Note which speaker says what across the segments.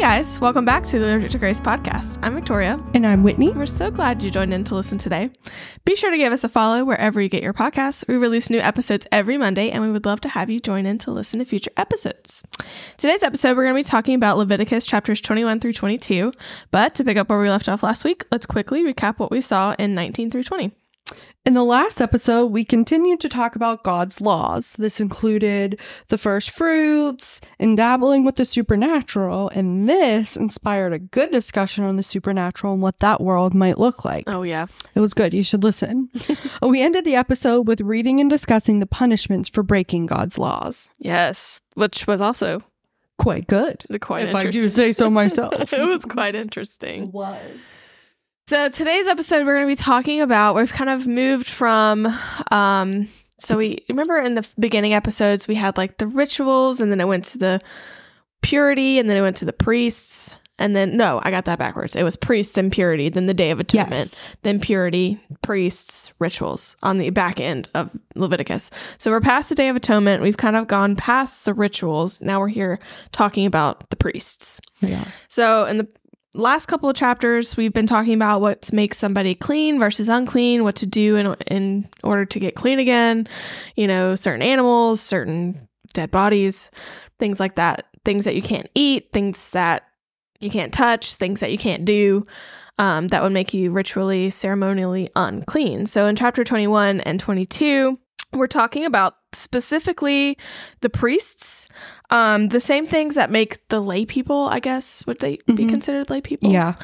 Speaker 1: guys, welcome back to the Allergic to Grace podcast. I'm Victoria.
Speaker 2: And I'm Whitney.
Speaker 1: We're so glad you joined in to listen today. Be sure to give us a follow wherever you get your podcasts. We release new episodes every Monday, and we would love to have you join in to listen to future episodes. Today's episode, we're going to be talking about Leviticus chapters 21 through 22. But to pick up where we left off last week, let's quickly recap what we saw in 19 through 20.
Speaker 2: In the last episode, we continued to talk about God's laws. This included the first fruits and dabbling with the supernatural, and this inspired a good discussion on the supernatural and what that world might look like.
Speaker 1: Oh, yeah.
Speaker 2: It was good. You should listen. we ended the episode with reading and discussing the punishments for breaking God's laws.
Speaker 1: Yes. Which was also
Speaker 2: Quite good.
Speaker 1: the quite
Speaker 2: if I do say so myself.
Speaker 1: it was quite interesting.
Speaker 2: was.
Speaker 1: So today's episode, we're going to be talking about. We've kind of moved from. Um, so we remember in the f- beginning episodes we had like the rituals, and then it went to the purity, and then it went to the priests, and then no, I got that backwards. It was priests and purity, then the Day of Atonement,
Speaker 2: Yes.
Speaker 1: then purity, priests, rituals on the back end of Leviticus. So we're past the Day of Atonement. We've kind of gone past the rituals. Now we're here talking about the priests.
Speaker 2: Yeah.
Speaker 1: So, in the last couple of chapters, we've been talking about what makes somebody clean versus unclean, what to do in, in order to get clean again, you know, certain animals, certain dead bodies, things like that, things that you can't eat, things that you can't touch, things that you can't do. Um, that would make you ritually, ceremonially unclean. So in chapter 21 and 22, we're talking about specifically the priests, um, the same things that make the lay people, I guess, would they be
Speaker 2: Mhm.
Speaker 1: considered lay people?
Speaker 2: Yeah.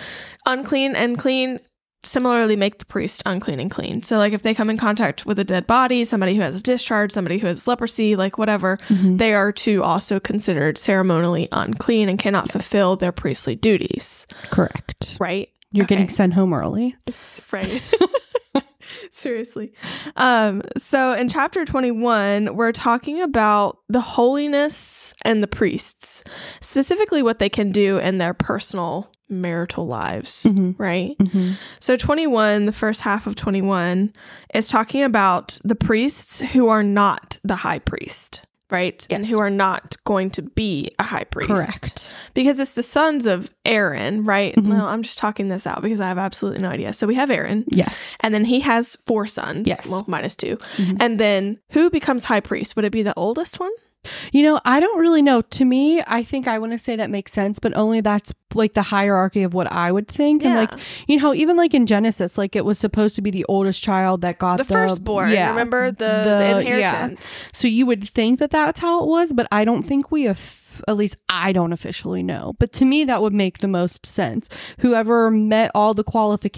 Speaker 1: unclean and clean similarly make the priest unclean and clean. So like if they come in contact with a dead body, somebody who has a discharge, somebody who has leprosy, like whatever,
Speaker 2: Mhm.
Speaker 1: they are too also considered ceremonially unclean and cannot fulfill their priestly duties,
Speaker 2: Correct.
Speaker 1: right?
Speaker 2: You're
Speaker 1: Okay.
Speaker 2: getting sent home early.
Speaker 1: It's Right. Seriously. Um, so in chapter 21, we're talking about the holiness and the priests, specifically what they can do in their personal marital lives,
Speaker 2: Mhm.
Speaker 1: right?
Speaker 2: Mm-hmm.
Speaker 1: So 21, the first half of 21 is talking about the priests who are not the high priest, right? And
Speaker 2: Yes.
Speaker 1: who are not going to be a high priest.
Speaker 2: Correct.
Speaker 1: Because it's the sons of Aaron, right?
Speaker 2: Mhm.
Speaker 1: No, I'm just talking this out because I have absolutely no idea. So we have Aaron.
Speaker 2: Yes.
Speaker 1: And then he has four sons.
Speaker 2: Yes.
Speaker 1: Well, minus 2
Speaker 2: Mhm.
Speaker 1: And then who becomes high priest? Would it be the oldest one?
Speaker 2: You know, I don't really know. To me, I think I want to say that makes sense, but only that's like the hierarchy of what I would think. And like, you know, even like in Genesis, like it was supposed to be the oldest child that got
Speaker 1: the,
Speaker 2: Uh, the,
Speaker 1: firstborn.
Speaker 2: Yeah.
Speaker 1: Remember the, the,
Speaker 2: The- yeah.
Speaker 1: inheritance.
Speaker 2: So you would think that that's how it was, but I don't think we have, at least I don't officially know. But to me, that would make the most sense. Whoever met all the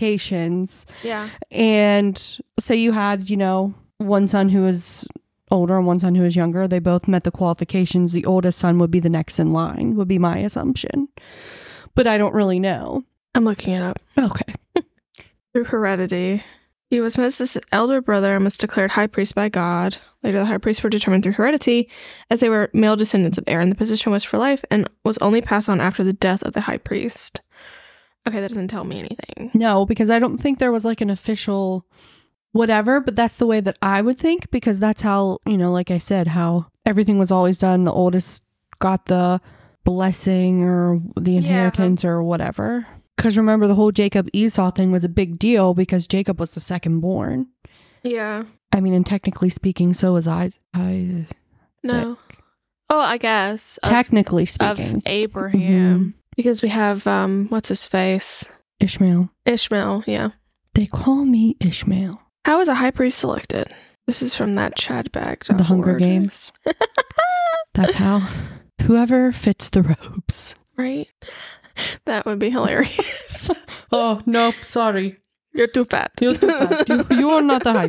Speaker 2: qualifications,
Speaker 1: Yeah.
Speaker 2: and say you had, you know, one son who was older and one son who was younger, they both met the qualifications. The oldest son would be the next in line, would be my assumption. But I don't really know.
Speaker 1: I'm looking it up.
Speaker 2: Okay.
Speaker 1: through heredity. He was Moses' elder brother and was declared high priest by God. Later, the high priests were determined through heredity, as they were male descendants of Aaron. The position was for life and was only passed on after the death of the high priest. Okay, that doesn't tell me anything.
Speaker 2: No, because I don't think there was like an official whatever, but that's the way that I would think because that's how, you know, like I said, how everything was always done. The oldest got the blessing or the
Speaker 1: Yeah.
Speaker 2: inheritance or whatever. Because remember, the whole Jacob Esau thing was a big deal because Jacob was the second born.
Speaker 1: Yeah.
Speaker 2: I mean, and technically speaking, so is I. I
Speaker 1: No. Oh, I guess. Of,
Speaker 2: technically
Speaker 1: of
Speaker 2: speaking, Mm-hmm.
Speaker 1: Abraham. Because we have, um, what's his face?
Speaker 2: Ishmael.
Speaker 1: Ishmael, yeah.
Speaker 2: They call me Ishmael.
Speaker 1: How is a high priest selected? This is from that Chadbag.
Speaker 2: The Hunger Games. That's how. Whoever fits the robes.
Speaker 1: right? That would be hilarious.
Speaker 2: Oh no! Sorry,
Speaker 1: You're too fat.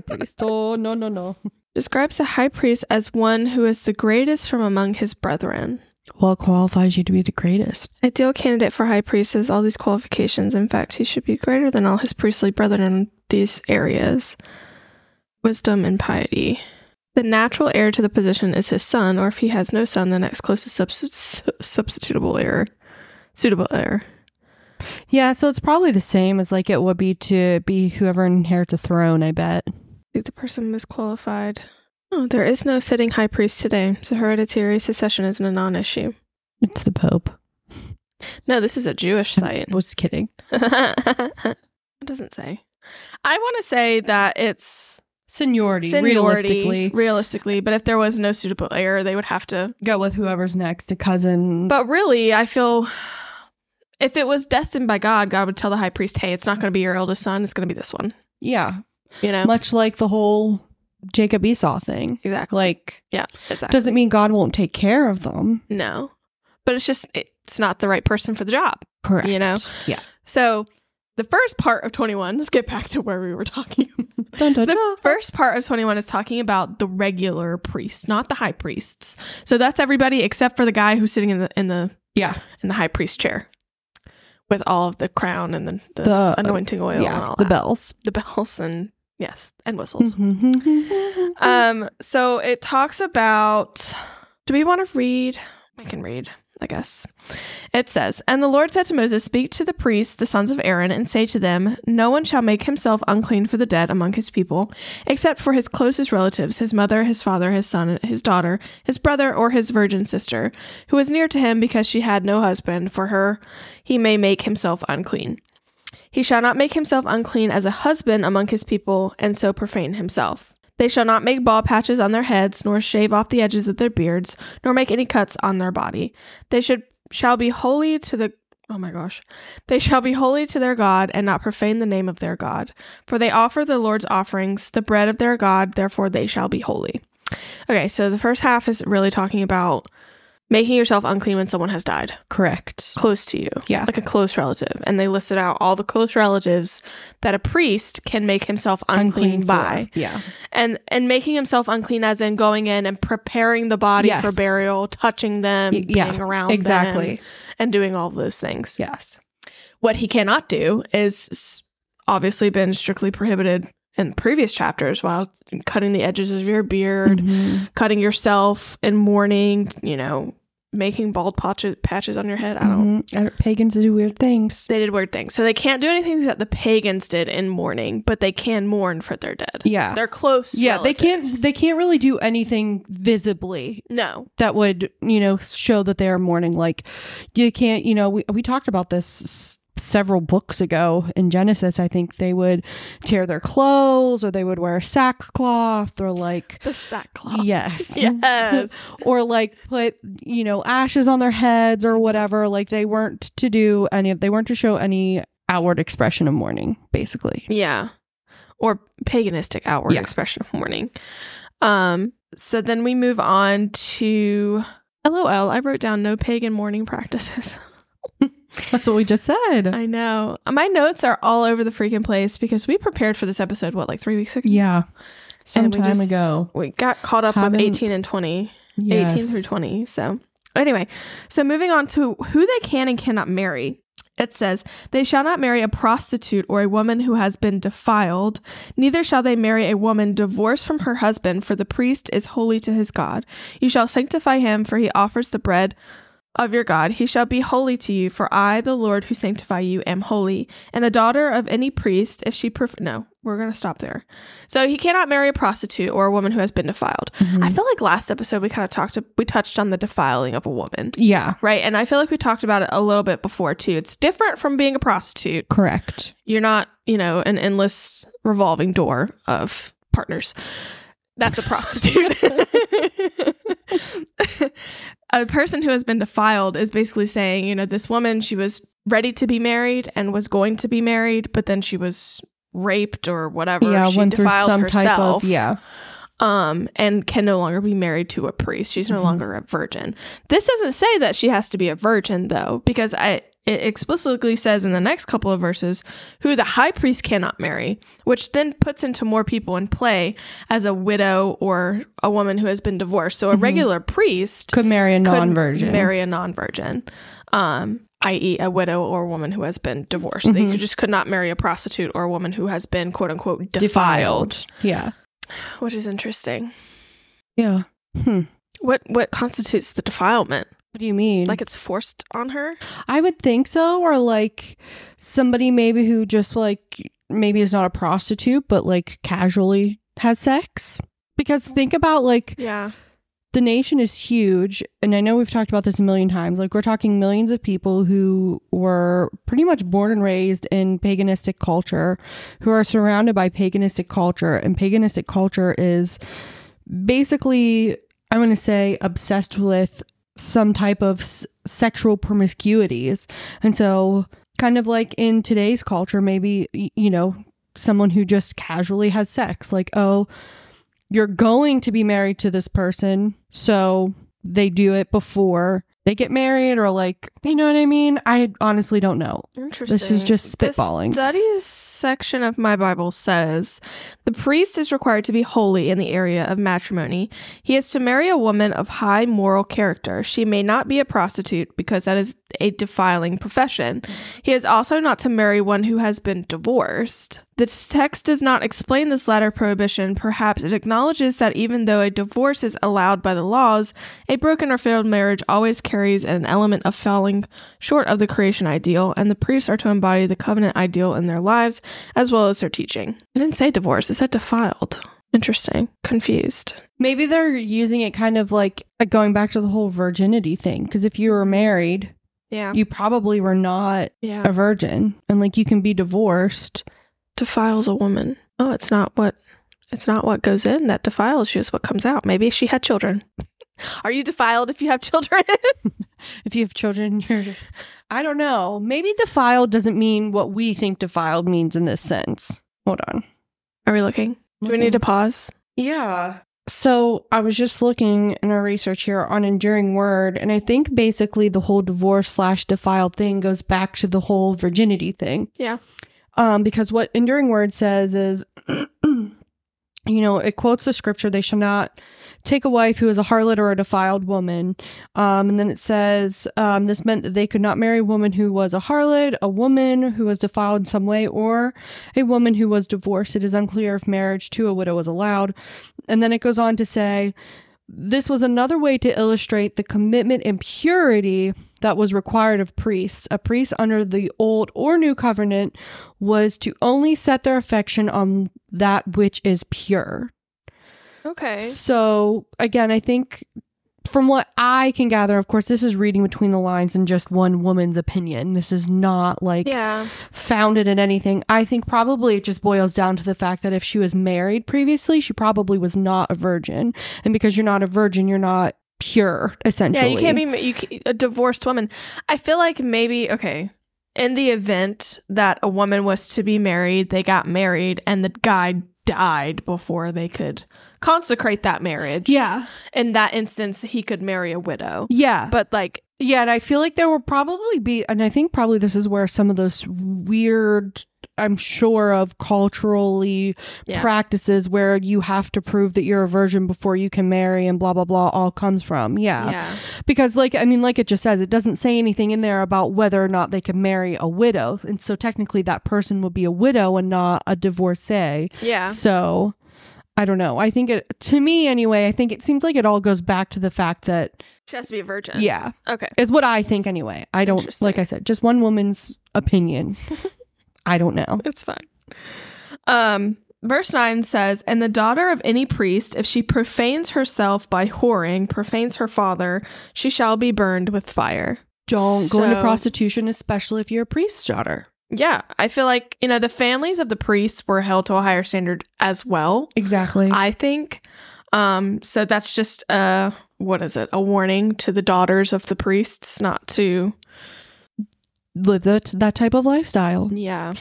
Speaker 2: priest. Oh no, no, no.
Speaker 1: Describes the high priest as one who is the greatest from among his brethren.
Speaker 2: What qualifies you to be the greatest?
Speaker 1: Ideal candidate for high priest has all these qualifications. In fact, he should be greater than all his priestly brethren in these areas wisdom and piety. The natural heir to the position is his son, or if he has no son, the next closest subs- substitutable heir. Suitable heir.
Speaker 2: Yeah, so it's probably the same as like it would be to be whoever inherits a throne. I bet.
Speaker 1: the person most qualified. Oh, there is no sitting high priest today, so hereditary succession isn't a non issue.
Speaker 2: It's the Pope.
Speaker 1: No, this is a Jewish site.
Speaker 2: I was kidding.
Speaker 1: it doesn't say. I want to say that it's
Speaker 2: Seniority,
Speaker 1: seniority,
Speaker 2: realistically.
Speaker 1: realistically, but if there was no suitable heir, they would have to.
Speaker 2: go with whoever's next, a cousin.
Speaker 1: But really, I feel if it was destined by God, God would tell the high priest, "Hey, it's not going to be your eldest son. It's going to be this one."
Speaker 2: yeah.
Speaker 1: You know,
Speaker 2: Much like the whole Jacob Esau thing.
Speaker 1: exactly.
Speaker 2: Like,
Speaker 1: exactly.
Speaker 2: doesn't mean God won't take care of them.
Speaker 1: no, but it's just it's not the right person for the job.
Speaker 2: Correct.
Speaker 1: You know?
Speaker 2: Yeah.
Speaker 1: So the first part of 21, let's get back to where we were talking.
Speaker 2: Dun, dun,
Speaker 1: the
Speaker 2: dun.
Speaker 1: first part of 21 is talking about the regular priests, not the high priests. So that's everybody except for the guy who's sitting in the in the
Speaker 2: Yeah.
Speaker 1: in the high priest chair with all of the crown and the, the,
Speaker 2: The- uh,
Speaker 1: anointing oil and
Speaker 2: Yeah.
Speaker 1: all
Speaker 2: The
Speaker 1: that.
Speaker 2: bells.
Speaker 1: the bells and yes, and whistles.
Speaker 2: uh,
Speaker 1: Um so it talks about do we want to read? I can read, I guess. It says, And the Lord said to Moses, Speak to the priests, the sons of Aaron, and say to them, No one shall make himself unclean for the dead among his people, except for his closest relatives, his mother, his father, his son, his daughter, his brother, or his virgin sister, who is near to him because she had no husband. For her, he may make himself unclean. He shall not make himself unclean as a husband among his people, and so profane himself. They shall not make bald patches on their heads, nor shave off the edges of their beards, nor make any cuts on their body. They should shall be holy to the oh my gosh. They shall be holy to their God, and not profane the name of their God. For they offer the Lord's offerings, the bread of their God, therefore they shall be holy. Okay, so the first half is really talking about making yourself unclean when someone has died
Speaker 2: Correct.
Speaker 1: close to you
Speaker 2: Yeah.
Speaker 1: like a close relative and they listed out all the close relatives that a priest can make himself unclean,
Speaker 2: for-
Speaker 1: by
Speaker 2: Yeah.
Speaker 1: and and making himself unclean as in going in and preparing the body
Speaker 2: Yes.
Speaker 1: for burial touching them
Speaker 2: Y- yeah,
Speaker 1: being around them,
Speaker 2: Exactly.
Speaker 1: and doing all of those things
Speaker 2: Yes.
Speaker 1: what he cannot do is s- obviously been strictly prohibited in previous chapters while cutting the edges of your beard
Speaker 2: Mhm.
Speaker 1: cutting yourself in mourning you know making bald patches patches on your head i don't
Speaker 2: Mhm. I don't- Pagans do weird things.
Speaker 1: They did weird things. So they can't do anything that the pagans did in mourning, but they can mourn for their dead.
Speaker 2: Yeah.
Speaker 1: They're close.
Speaker 2: yeah. They can't.
Speaker 1: relatives.
Speaker 2: They can't really do anything visibly
Speaker 1: No.
Speaker 2: that would you know show that they are mourning like you can't you know we, we talked about this s- several books ago in genesis i think they would tear their clothes or they would wear sackcloth or like
Speaker 1: The sackcloth.
Speaker 2: yes
Speaker 1: Yes.
Speaker 2: or like put you know ashes on their heads or whatever like they weren't to do any of they weren't to show any outward expression of mourning basically
Speaker 1: yeah. Or paganistic outward
Speaker 2: Yeah.
Speaker 1: expression of mourning. Um, so then we move on to LOL. I wrote down no pagan mourning practices.
Speaker 2: that's what we just said
Speaker 1: I know. My notes are all over the freaking place because we prepared for this episode, what, like three weeks ago?
Speaker 2: yeah some
Speaker 1: And we
Speaker 2: time
Speaker 1: just-
Speaker 2: ago
Speaker 1: We got caught up
Speaker 2: Haven't-
Speaker 1: with 18 and 20. 18
Speaker 2: Yes.
Speaker 1: through 20. So, anyway, so moving on to who they can and cannot marry. It says, They shall not marry a prostitute or a woman who has been defiled, neither shall they marry a woman divorced from her husband, for the priest is holy to his God. You shall sanctify him, for he offers the bread of your God. He shall be holy to you, for I, the Lord who sanctify you, am holy. And the daughter of any priest, if she perf- no, we're going to stop there. So he cannot marry a prostitute or a woman who has been defiled.
Speaker 2: Mhm.
Speaker 1: I feel like last episode we kind of talked we touched on the defiling of a woman,
Speaker 2: yeah
Speaker 1: right? And I feel like we talked about it a little bit before too. It's different from being a prostitute.
Speaker 2: correct
Speaker 1: You're not, you know, an endless revolving door of partners. That's a prostitute. a person who has been defiled is basically saying, you know, this woman, she was ready to be married and was going to be married, but then she was raped or whatever.
Speaker 2: yeah,
Speaker 1: she
Speaker 2: went through
Speaker 1: defiled
Speaker 2: some type
Speaker 1: herself
Speaker 2: of yeah,
Speaker 1: um, and can no longer be married to a priest. She's no
Speaker 2: Mhm.
Speaker 1: longer a virgin. This doesn't say that she has to be a virgin, though, because I it explicitly says in the next couple of verses who the high priest cannot marry, which then puts into more people in play as a widow or a woman who has been divorced. So a
Speaker 2: Mhm.
Speaker 1: regular priest
Speaker 2: could marry a
Speaker 1: could
Speaker 2: non-virgin.
Speaker 1: marry a non-virgin, um, i.e., a widow or a woman who has been divorced. They
Speaker 2: Mhm.
Speaker 1: could- just could not marry a prostitute or a woman who has been quote unquote defiled.
Speaker 2: defiled. Yeah,
Speaker 1: which is interesting.
Speaker 2: yeah. Hmm.
Speaker 1: What what constitutes the defilement?
Speaker 2: What do you mean?
Speaker 1: Like it's forced on her?
Speaker 2: I would think so, or like somebody maybe who just like maybe is not a prostitute, but like casually has sex. Because think about like
Speaker 1: Yeah.
Speaker 2: the nation is huge. And I know we've talked about this a million times. Like, we're talking millions of people who were pretty much born and raised in paganistic culture, who are surrounded by paganistic culture. And paganistic culture is basically, I'm going to say, obsessed with some type of s- sexual promiscuities. And so, kind of like in today's culture, maybe, y- you know, someone who just casually has sex, like, oh, you're going to be married to this person. So they do it before they get married, or like, you know what I mean? I honestly don't know.
Speaker 1: Interesting.
Speaker 2: This is just spitballing.
Speaker 1: The studies section of my Bible says the priest is required to be holy in the area of matrimony. He is to marry a woman of high moral character. She may not be a prostitute because that is a defiling profession. He is also not to marry one who has been divorced. This text does not explain this latter prohibition. Perhaps it acknowledges that even though a divorce is allowed by the laws, a broken or failed marriage always carries an element of falling short of the creation ideal, and the priests are to embody the covenant ideal in their lives as well as their teaching. I didn't say divorce, it said defiled. Interesting. Confused.
Speaker 2: Maybe they're using it kind of like like going back to the whole virginity thing. Because if you were married,
Speaker 1: Yeah.
Speaker 2: you probably were not
Speaker 1: Yeah.
Speaker 2: a virgin. And like you can be divorced.
Speaker 1: Defiles a woman. Oh, it's not what it's not what goes in that defiles you, it's what comes out. Maybe she had children. Are you defiled if you have children?
Speaker 2: If you have children, you're. I don't know. Maybe defiled doesn't mean what we think defiled means in this sense. Hold on.
Speaker 1: Are we looking? Do we need to pause?
Speaker 2: Yeah. So I was just looking in our research here on enduring word, and I think basically the whole divorce slash defiled thing goes back to the whole virginity thing.
Speaker 1: Yeah.
Speaker 2: Um, because what enduring word says is, you know, it quotes the scripture: "They shall not take a wife who is a harlot or a defiled woman." Um, and then it says, um, "This meant that they could not marry a woman who was a harlot, a woman who was defiled in some way, or a woman who was divorced. It is unclear if marriage to a widow was allowed." And then it goes on to say, this was another way to illustrate the commitment and purity that was required of priests. A priest under the old or new covenant was to only set their affection on that which is pure.
Speaker 1: Okay.
Speaker 2: So, again, I think from what I can gather, of course, this is reading between the lines and just one woman's opinion. This is not like
Speaker 1: Yeah.
Speaker 2: founded in anything. I think probably it just boils down to the fact that if she was married previously, she probably was not a virgin. And because you're not a virgin, you're not pure,
Speaker 1: Yeah,
Speaker 2: essentially.
Speaker 1: you can't be ma- you ca- a divorced woman. I feel like maybe okay, in the event that a woman was to be married, they got married and the guy died before they could consecrate that marriage.
Speaker 2: Yeah.
Speaker 1: In that instance, he could marry a widow.
Speaker 2: Yeah.
Speaker 1: But like
Speaker 2: Yeah, and I feel like there will probably be, and I think probably this is where some of those weird, I'm sure of culturally
Speaker 1: Yeah.
Speaker 2: practices where you have to prove that you're a virgin before you can marry and blah, blah, blah, all comes from. Yeah.
Speaker 1: yeah.
Speaker 2: Because, like, I mean, like it just says, it doesn't say anything in there about whether or not they can marry a widow. And so technically that person would be a widow and not a divorcee.
Speaker 1: Yeah.
Speaker 2: So I don't know. I think it, to me anyway, I think it seems like it all goes back to the fact that,
Speaker 1: She has to be a virgin.
Speaker 2: yeah,
Speaker 1: Okay.
Speaker 2: is what I think anyway. I don't
Speaker 1: Interesting.
Speaker 2: like I said, just one woman's opinion. I don't know.
Speaker 1: It's fine. Um, verse 9 says, And the daughter of any priest, if she profanes herself by whoring, profanes her father, she shall be burned with fire.
Speaker 2: Don't go into
Speaker 1: So-
Speaker 2: prostitution, especially if you're a priest's daughter.
Speaker 1: Yeah, I feel like, you know, the families of the priests were held to a higher standard as well,
Speaker 2: Exactly.
Speaker 1: I think. Um, so that's just uh what is it? A warning to the daughters of the priests not to
Speaker 2: Live that, that type of lifestyle.
Speaker 1: Yeah.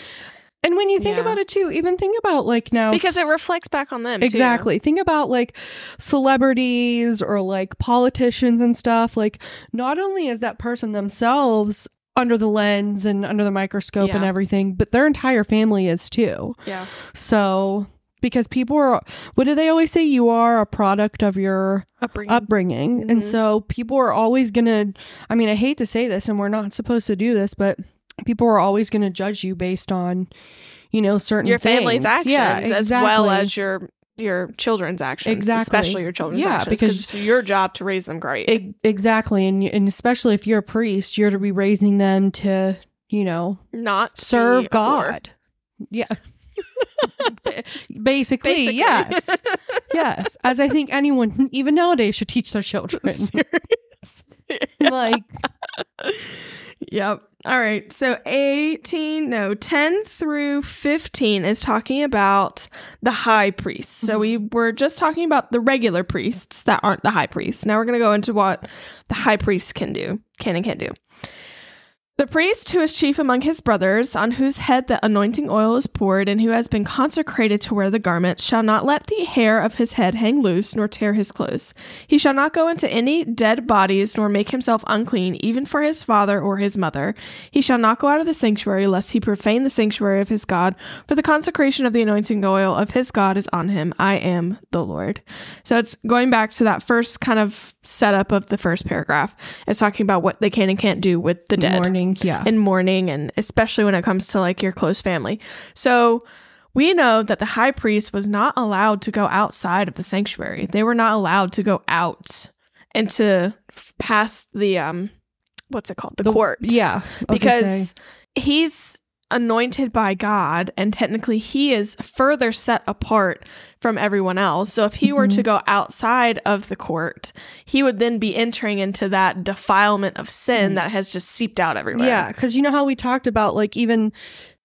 Speaker 2: And when you think
Speaker 1: Yeah.
Speaker 2: about it too, even think about like now
Speaker 1: Because it reflects back on them. too.
Speaker 2: Exactly. Think about like celebrities or like politicians and stuff. Like, not only is that person themselves under the lens and under the microscope and
Speaker 1: Yeah.
Speaker 2: everything, but their entire family is too.
Speaker 1: Yeah.
Speaker 2: So, because people are, what do they always say? You are a product of your
Speaker 1: Upbringing.
Speaker 2: upbringing. And
Speaker 1: Mhm.
Speaker 2: so people are always going to, I mean, I hate to say this and we're not supposed to do this, but people are always going to judge you based on, you know, certain
Speaker 1: your family's
Speaker 2: things.
Speaker 1: actions
Speaker 2: Yeah,
Speaker 1: as well
Speaker 2: exactly.
Speaker 1: as your your children's actions,
Speaker 2: Exactly.
Speaker 1: especially your children's
Speaker 2: Yeah,
Speaker 1: actions,
Speaker 2: because-
Speaker 1: because it's your job to raise them great.
Speaker 2: E- exactly. And, and especially if you're a priest, you're to be raising them to, you know,
Speaker 1: not to be
Speaker 2: serve
Speaker 1: a whore.
Speaker 2: God. Yeah. Basically,
Speaker 1: Basically.
Speaker 2: yes. yes. As I think anyone, even nowadays, should teach their children. like,
Speaker 1: Yep. All right. So 18, no, 10 through 15 is talking about the high priests. So we were just talking about the regular priests that aren't the high priests. Now we're going to go into what the high priest can do, can and can do. The priest who is chief among his brothers, on whose head the anointing oil is poured, and who has been consecrated to wear the garment, shall not let the hair of his head hang loose, nor tear his clothes. He shall not go into any dead bodies, nor make himself unclean, even for his father or his mother. He shall not go out of the sanctuary, lest he profane the sanctuary of his God, for the consecration of the anointing oil of his God is on him. I am the Lord. So it's going back to that first kind of setup of the first paragraph. It's talking about what they can and can't do with the dead
Speaker 2: morning. Yeah.
Speaker 1: and mourning and especially when it comes to like your close family. So we know that the high priest was not allowed to go outside of the sanctuary. They were not allowed to go out and to f- past the um what's it called? The, court.
Speaker 2: Yeah. I was gonna
Speaker 1: Because
Speaker 2: say,
Speaker 1: he's anointed by God and technically he is further set apart from everyone else. So if he were
Speaker 2: Mm-hmm.
Speaker 1: to go outside of the court, he would then be entering into that defilement of sin that has just seeped out everywhere.
Speaker 2: Mm. yeah, because you know how we talked about, like, even.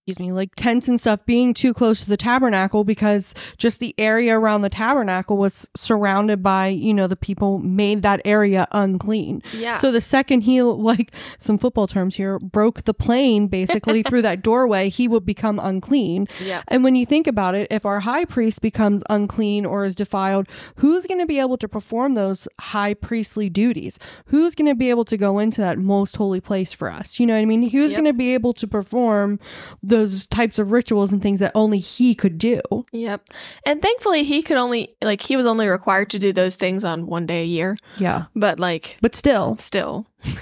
Speaker 2: Excuse me, like tents and stuff being too close to the tabernacle because just the area around the tabernacle was surrounded by, you know, the people made that area unclean.
Speaker 1: Yeah.
Speaker 2: So the second he, like some football terms here, broke the plane basically through that doorway, he would become unclean.
Speaker 1: yeah.
Speaker 2: And when you think about it, if our high priest becomes unclean or is defiled, who's going to be able to perform those high priestly duties? Who's going to be able to go into that most holy place for us? You know what I mean? Who's
Speaker 1: Yep.
Speaker 2: going to be able to perform those types of rituals and things that only he could do?
Speaker 1: Yep. And thankfully he could only like he was only required to do those things on one day a year.
Speaker 2: Yeah.
Speaker 1: But like
Speaker 2: But still,
Speaker 1: still.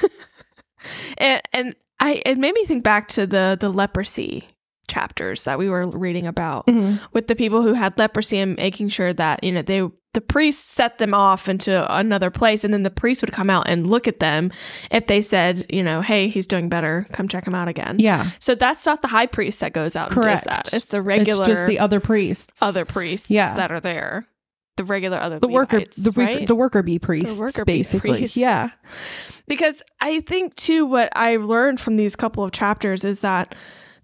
Speaker 1: and and I it made me think back to the the leprosy chapters that we were reading about
Speaker 2: Mm.
Speaker 1: with the people who had leprosy and making sure that, you know, they the priest set them off into another place and then the priest would come out and look at them if they said, you know, hey, he's doing better, come check him out again.
Speaker 2: yeah,
Speaker 1: So that's not the high priest that goes out and does
Speaker 2: Correct.
Speaker 1: that. It's the regular
Speaker 2: it's just the other priests,
Speaker 1: other priests
Speaker 2: Yeah.
Speaker 1: that are there, the regular other
Speaker 2: the worker,
Speaker 1: Levites,
Speaker 2: the, re-
Speaker 1: right?
Speaker 2: the worker bee priests,
Speaker 1: worker bee
Speaker 2: basically.
Speaker 1: priests.
Speaker 2: Yeah,
Speaker 1: because I think too what I learned from these couple of chapters is that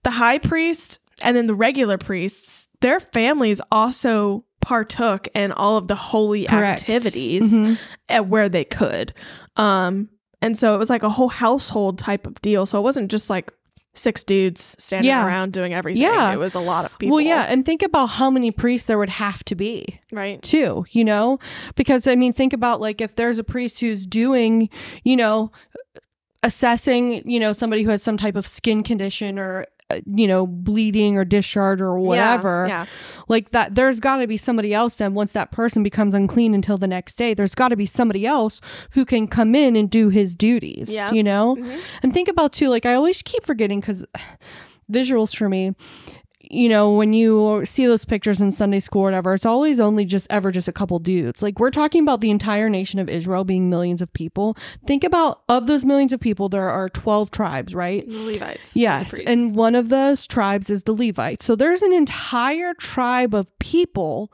Speaker 1: the high priest and then the regular priests, their families also partook in all of the holy
Speaker 2: Correct.
Speaker 1: activities
Speaker 2: Mhm.
Speaker 1: at where they could. Um, and so it was like a whole household type of deal. So it wasn't just like six dudes standing
Speaker 2: Yeah.
Speaker 1: around doing everything.
Speaker 2: Yeah.
Speaker 1: It was a lot of people.
Speaker 2: Well, yeah, and think about how many priests there would have to be
Speaker 1: Right.
Speaker 2: too, you know? Because I mean, think about like if there's a priest who's doing, you know, assessing, you know, somebody who has some type of skin condition or uh, you know, bleeding or discharge or whatever.
Speaker 1: Yeah.
Speaker 2: Like that there's got to be somebody else then once that person becomes unclean until the next day. There's got to be somebody else who can come in and do his duties,
Speaker 1: Yeah.
Speaker 2: you know?
Speaker 1: yeah. Mhm.
Speaker 2: And think about too, like I always keep forgetting because visuals for me, you know, when you see those pictures in Sunday school or whatever, it's always only just ever just a couple dudes. Like we're talking about the entire nation of Israel being millions of people. Think about of those millions of people, there are 12 tribes, right?
Speaker 1: The Levites. the
Speaker 2: Yes.
Speaker 1: priests.
Speaker 2: and one of those tribes is the Levites. So there's an entire tribe of people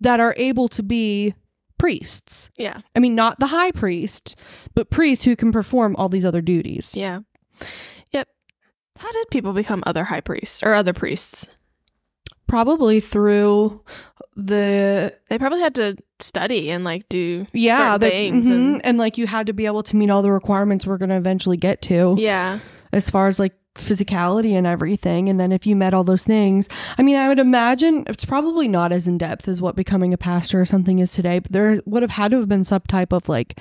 Speaker 2: that are able to be priests.
Speaker 1: yeah,
Speaker 2: I mean, not the high priest, but priests who can perform all these other duties.
Speaker 1: yeah, yep. How did people become other high priests or other priests?
Speaker 2: probably through the
Speaker 1: They probably had to study and like do
Speaker 2: yeah
Speaker 1: certain
Speaker 2: the-
Speaker 1: things
Speaker 2: mhm,
Speaker 1: and
Speaker 2: like you had to be able to meet all the requirements we're going to eventually get to
Speaker 1: yeah,
Speaker 2: as far as like physicality and everything and then if you met all those things i mean i would imagine it's probably not as in-depth as what becoming a pastor or something is today but there would have had to have been some type of like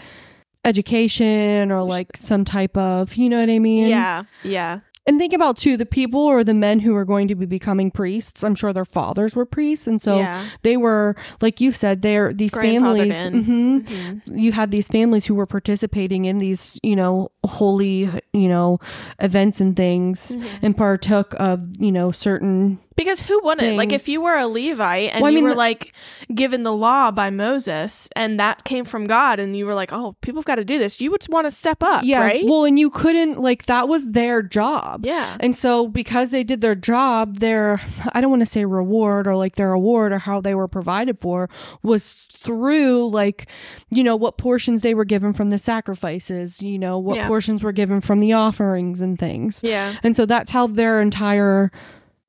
Speaker 2: education or like some type of you know what i mean
Speaker 1: yeah, yeah,
Speaker 2: and think about too the people or the men who are going to be becoming priests i'm sure their fathers were priests and so
Speaker 1: yeah.
Speaker 2: they were like you said they're these
Speaker 1: Grandfathered
Speaker 2: families
Speaker 1: in.
Speaker 2: Mhm.
Speaker 1: Mhm.
Speaker 2: you had these families who were participating in these you know holy you know events and things
Speaker 1: Mm-hmm.
Speaker 2: and partook of you know certain
Speaker 1: Because who wouldn't? Like, if
Speaker 2: Things.
Speaker 1: you were a Levite and
Speaker 2: Well, I
Speaker 1: you
Speaker 2: mean,
Speaker 1: were
Speaker 2: the-
Speaker 1: like given the law by Moses and that came from God, and you were like, oh, people have got to do this, you would want to step up, right?
Speaker 2: well and you couldn't like that was their job job.
Speaker 1: Yeah.
Speaker 2: And so because they did their job, their I don't want to say reward or like their award or how they were provided for was through like you know what portions they were given from the sacrifices, you know, what
Speaker 1: Yeah.
Speaker 2: portions were given from the offerings and things.
Speaker 1: Yeah.
Speaker 2: And so that's how their entire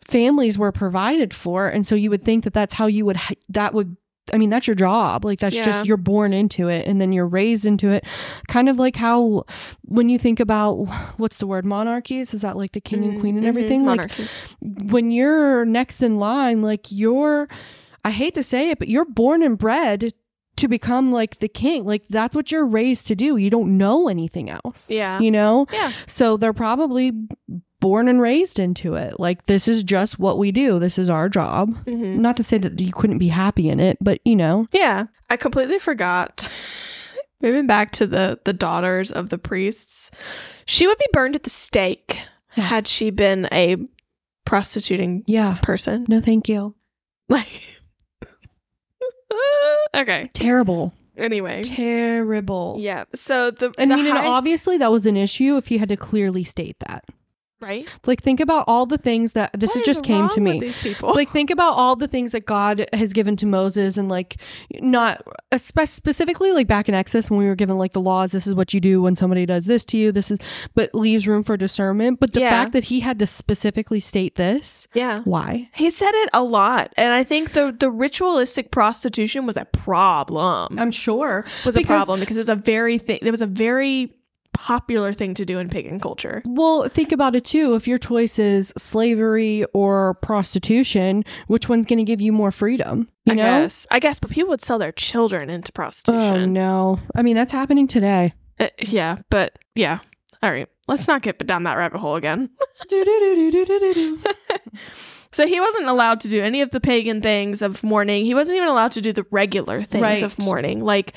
Speaker 2: families were provided for. And so you would think that that's how you would, h- that would, I mean, that's your job. Like, that's
Speaker 1: Yeah.
Speaker 2: just, you're born into it and then you're raised into it. Kind of like how, when you think about what's the word, monarchies, is that like the king and
Speaker 1: Mhm,
Speaker 2: queen and
Speaker 1: mhm,
Speaker 2: everything? Like,
Speaker 1: Monarchies.
Speaker 2: when you're next in line, like, you're, I hate to say it, but you're born and bred to become like the king. Like, that's what you're raised to do. You don't know anything else.
Speaker 1: Yeah.
Speaker 2: You know?
Speaker 1: yeah.
Speaker 2: So they're probably born and raised into it. Like, this is just what we do. This is our job.
Speaker 1: hmm
Speaker 2: Not to say that you couldn't be happy in it, but you know.
Speaker 1: Yeah. I completely forgot. Moving back to the the daughters of the priests, she would be burned at the stake
Speaker 2: Yeah.
Speaker 1: had she been a prostituting
Speaker 2: Yeah.
Speaker 1: person.
Speaker 2: No, thank you.
Speaker 1: Like, okay.
Speaker 2: Terrible.
Speaker 1: Anyway,
Speaker 2: Terrible.
Speaker 1: yeah. So the
Speaker 2: I
Speaker 1: the
Speaker 2: mean, and
Speaker 1: high-
Speaker 2: obviously that was an issue if you had to clearly state that.
Speaker 1: right.
Speaker 2: Like, think about all the things that this
Speaker 1: What
Speaker 2: is
Speaker 1: is
Speaker 2: just came
Speaker 1: wrong
Speaker 2: to
Speaker 1: with
Speaker 2: me.
Speaker 1: These people.
Speaker 2: Like, think about all the things that God has given to Moses, and like, not espe- specifically like back in Exodus when we were given like the laws. This is what you do when somebody does this to you. This is, but leaves room for discernment. But the
Speaker 1: Yeah.
Speaker 2: fact that he had to specifically state this,
Speaker 1: yeah.
Speaker 2: why?
Speaker 1: He said it a lot, and I think the the ritualistic prostitution was a problem.
Speaker 2: I'm sure
Speaker 1: was a
Speaker 2: because-
Speaker 1: problem because it was a very thing. It was a very popular thing to do in pagan culture.
Speaker 2: Well, think about it too. If your choice is slavery or prostitution, which one's going to give you more freedom? You
Speaker 1: I
Speaker 2: know?
Speaker 1: guess. I guess, but people would sell their children into
Speaker 2: Oh
Speaker 1: prostitution.
Speaker 2: no! I mean, that's happening today.
Speaker 1: Uh, yeah, but yeah. All right, let's not get down that rabbit hole again. So he wasn't allowed to do any of the pagan things of mourning. He wasn't even allowed to do the regular things
Speaker 2: Right.
Speaker 1: of mourning, like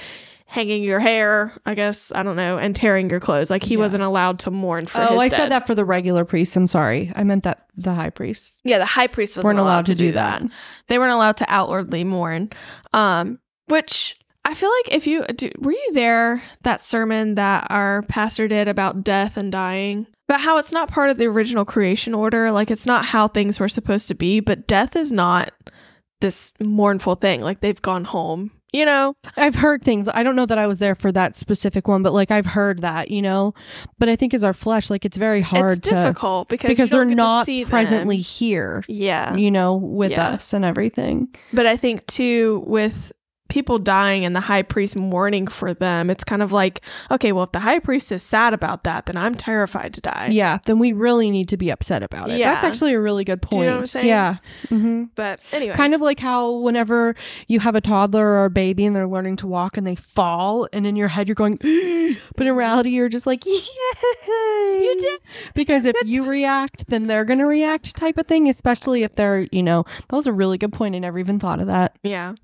Speaker 1: hanging your hair, I guess, I don't know, and tearing your clothes. Like he
Speaker 2: Yeah.
Speaker 1: wasn't allowed to mourn for
Speaker 2: oh,
Speaker 1: his
Speaker 2: I
Speaker 1: dead.
Speaker 2: said that for the regular priest. I'm sorry. I meant that the high priest.
Speaker 1: Yeah, the high priest wasn't
Speaker 2: weren't allowed, to, do that.
Speaker 1: They weren't allowed to outwardly mourn. Um, which I feel like if you do, were you there that sermon that our pastor did about death and dying, but how it's not part of the original creation order, like it's not how things were supposed to be, but death is not this mournful thing. Like they've gone home, you know?
Speaker 2: I've heard things. I don't know that I was there for that specific one, but like I've heard that, you know. But I think as our flesh, like it's very hard
Speaker 1: it's
Speaker 2: to
Speaker 1: difficult because
Speaker 2: because
Speaker 1: you don't
Speaker 2: they're
Speaker 1: get to
Speaker 2: not
Speaker 1: see them.
Speaker 2: presently here,
Speaker 1: Yeah,
Speaker 2: you know, with
Speaker 1: Yeah.
Speaker 2: us and everything.
Speaker 1: But I think too with people dying and the high priest mourning for them, it's kind of like, okay, well if the high priest is sad about that, then I'm terrified to die.
Speaker 2: Yeah, then we really need to be upset about it. That's
Speaker 1: Yeah.
Speaker 2: actually a really good
Speaker 1: Do
Speaker 2: point.
Speaker 1: you know what I'm saying?
Speaker 2: Yeah. hmm
Speaker 1: But anyway.
Speaker 2: Kind of like how whenever you have a toddler or a baby and they're learning to walk and they fall, and in your head you're going, but in reality you're just like, you
Speaker 1: did-
Speaker 2: Because if you react, then they're going to react, type of thing, especially if they're, you know, that was a really good point. I never even thought of that.
Speaker 1: yeah.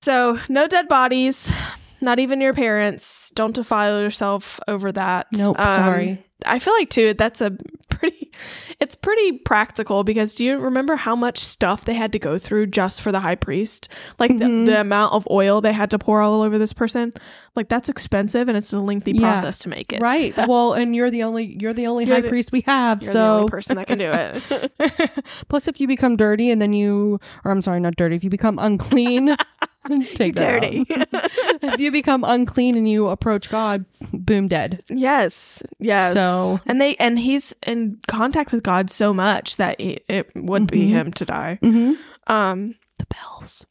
Speaker 1: So no dead bodies, not even your parents. Don't defile yourself over that.
Speaker 2: Nope,
Speaker 1: Um,
Speaker 2: sorry.
Speaker 1: I feel like too that's a pretty it's pretty practical because do you remember how much stuff they had to go through just for the high priest? Like
Speaker 2: Mhm.
Speaker 1: the, the amount of oil they had to pour all over this person? Like that's expensive and it's a lengthy
Speaker 2: Yeah.
Speaker 1: process to make it.
Speaker 2: Right. Well, and you're the only you're the only
Speaker 1: You're
Speaker 2: high
Speaker 1: the-
Speaker 2: priest we have.
Speaker 1: You're
Speaker 2: so
Speaker 1: the only person that can do it.
Speaker 2: Plus, if you become dirty and then you, or I'm sorry, not dirty, if you become unclean,
Speaker 1: You're
Speaker 2: take that out.
Speaker 1: dirty.
Speaker 2: if you become unclean and you approach God, boom, dead.
Speaker 1: yes. Yes.
Speaker 2: So-
Speaker 1: and they and he's in contact with God so much that it, it would be
Speaker 2: Mhm.
Speaker 1: him to die.
Speaker 2: Mm-hmm.
Speaker 1: Um
Speaker 2: The bells.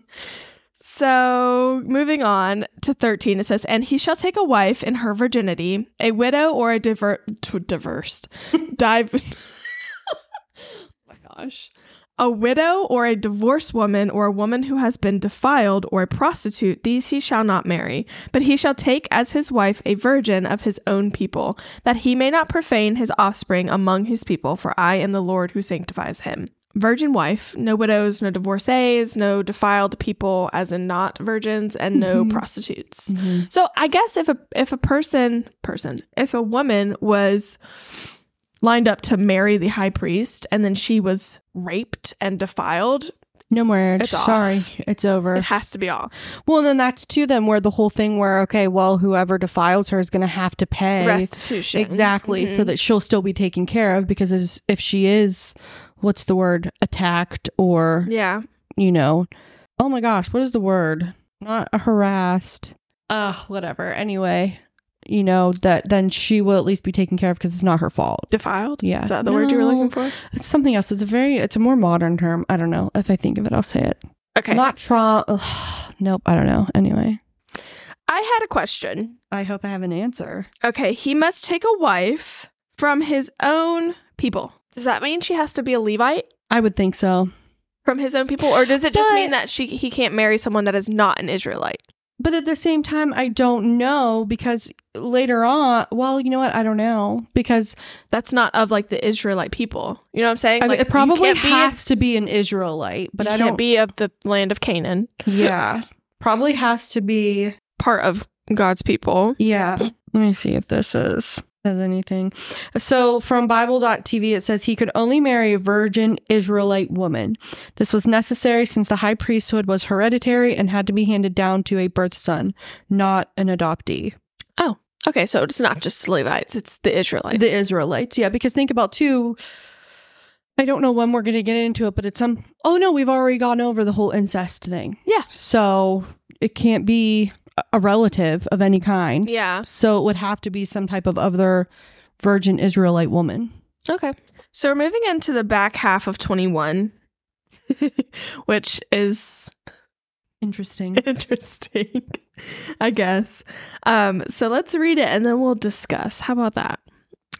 Speaker 1: So, moving on to 13, it says, And he shall take a wife in her virginity, a widow or a diver- t- diverse, dive,
Speaker 2: Oh my gosh.
Speaker 1: a widow or a divorced woman or a woman who has been defiled or a prostitute, these he shall not marry. But he shall take as his wife a virgin of his own people, that he may not profane his offspring among his people, for I am the Lord who sanctifies him. Virgin wife, no widows, no divorcees, no defiled people, as in not virgins, and no
Speaker 2: Mhm.
Speaker 1: prostitutes. So I guess if a if a person person if a woman was lined up to marry the high priest and then she was raped and defiled,
Speaker 2: No marriage.
Speaker 1: It's off.
Speaker 2: Sorry. It's over.
Speaker 1: It has to be off.
Speaker 2: well, and then that's too then where the whole thing where, okay, well, whoever defiles her is going to have to pay.
Speaker 1: Restitution.
Speaker 2: Exactly. So
Speaker 1: Mm-hmm.
Speaker 2: that she'll still be taken care of because if, if she is, what's the word, attacked or,
Speaker 1: Yeah.
Speaker 2: you know, oh my gosh, what is the word? Not harassed. Uh, whatever. Anyway, you know, that then she will at least be taken care of because it's not her fault.
Speaker 1: Defiled.
Speaker 2: Yeah.
Speaker 1: Is that the word you were
Speaker 2: No.
Speaker 1: looking for?
Speaker 2: It's something else. It's a very, it's a more modern term. I don't know. If I think of it, I'll say it.
Speaker 1: Okay.
Speaker 2: Not trauma. nope. I don't know. Anyway.
Speaker 1: I had a question.
Speaker 2: I hope I have an answer.
Speaker 1: Okay, he must take a wife from his own people. Does that mean she has to be a Levite
Speaker 2: I would think so.
Speaker 1: from his own people, or does it just
Speaker 2: But-
Speaker 1: mean that she he can't marry someone that is not an Israelite?
Speaker 2: But at the same time, I don't know because later on, well, you know what? I don't know because
Speaker 1: That's not of like the Israelite people. You know what I'm saying?
Speaker 2: I mean,
Speaker 1: Like,
Speaker 2: it probably
Speaker 1: you can't
Speaker 2: has to be an Israelite,
Speaker 1: be,
Speaker 2: but
Speaker 1: you
Speaker 2: I
Speaker 1: can't
Speaker 2: don't.
Speaker 1: be of the land of Canaan,
Speaker 2: yeah, probably has to be.
Speaker 1: part of God's people.
Speaker 2: Yeah. Let me see if this is says anything. So from Bible.tv it says he could only marry a virgin Israelite woman. This was necessary since the high priesthood was hereditary and had to be handed down to a birth son, not an adoptee.
Speaker 1: Okay, so it's not just the Levites; it's the Israelites.
Speaker 2: The Israelites, yeah, because think about too. I don't know when we're going to get into it, but it's some. Oh no, we've already gone over the whole incest thing.
Speaker 1: Yeah.
Speaker 2: So it can't be a- a relative of any kind.
Speaker 1: Yeah.
Speaker 2: So it would have to be some type of other virgin Israelite woman.
Speaker 1: Okay. So we're moving into the back half of 21, which is
Speaker 2: Interesting.
Speaker 1: interesting, I guess. Um, so let's read it and then we'll discuss. How about that?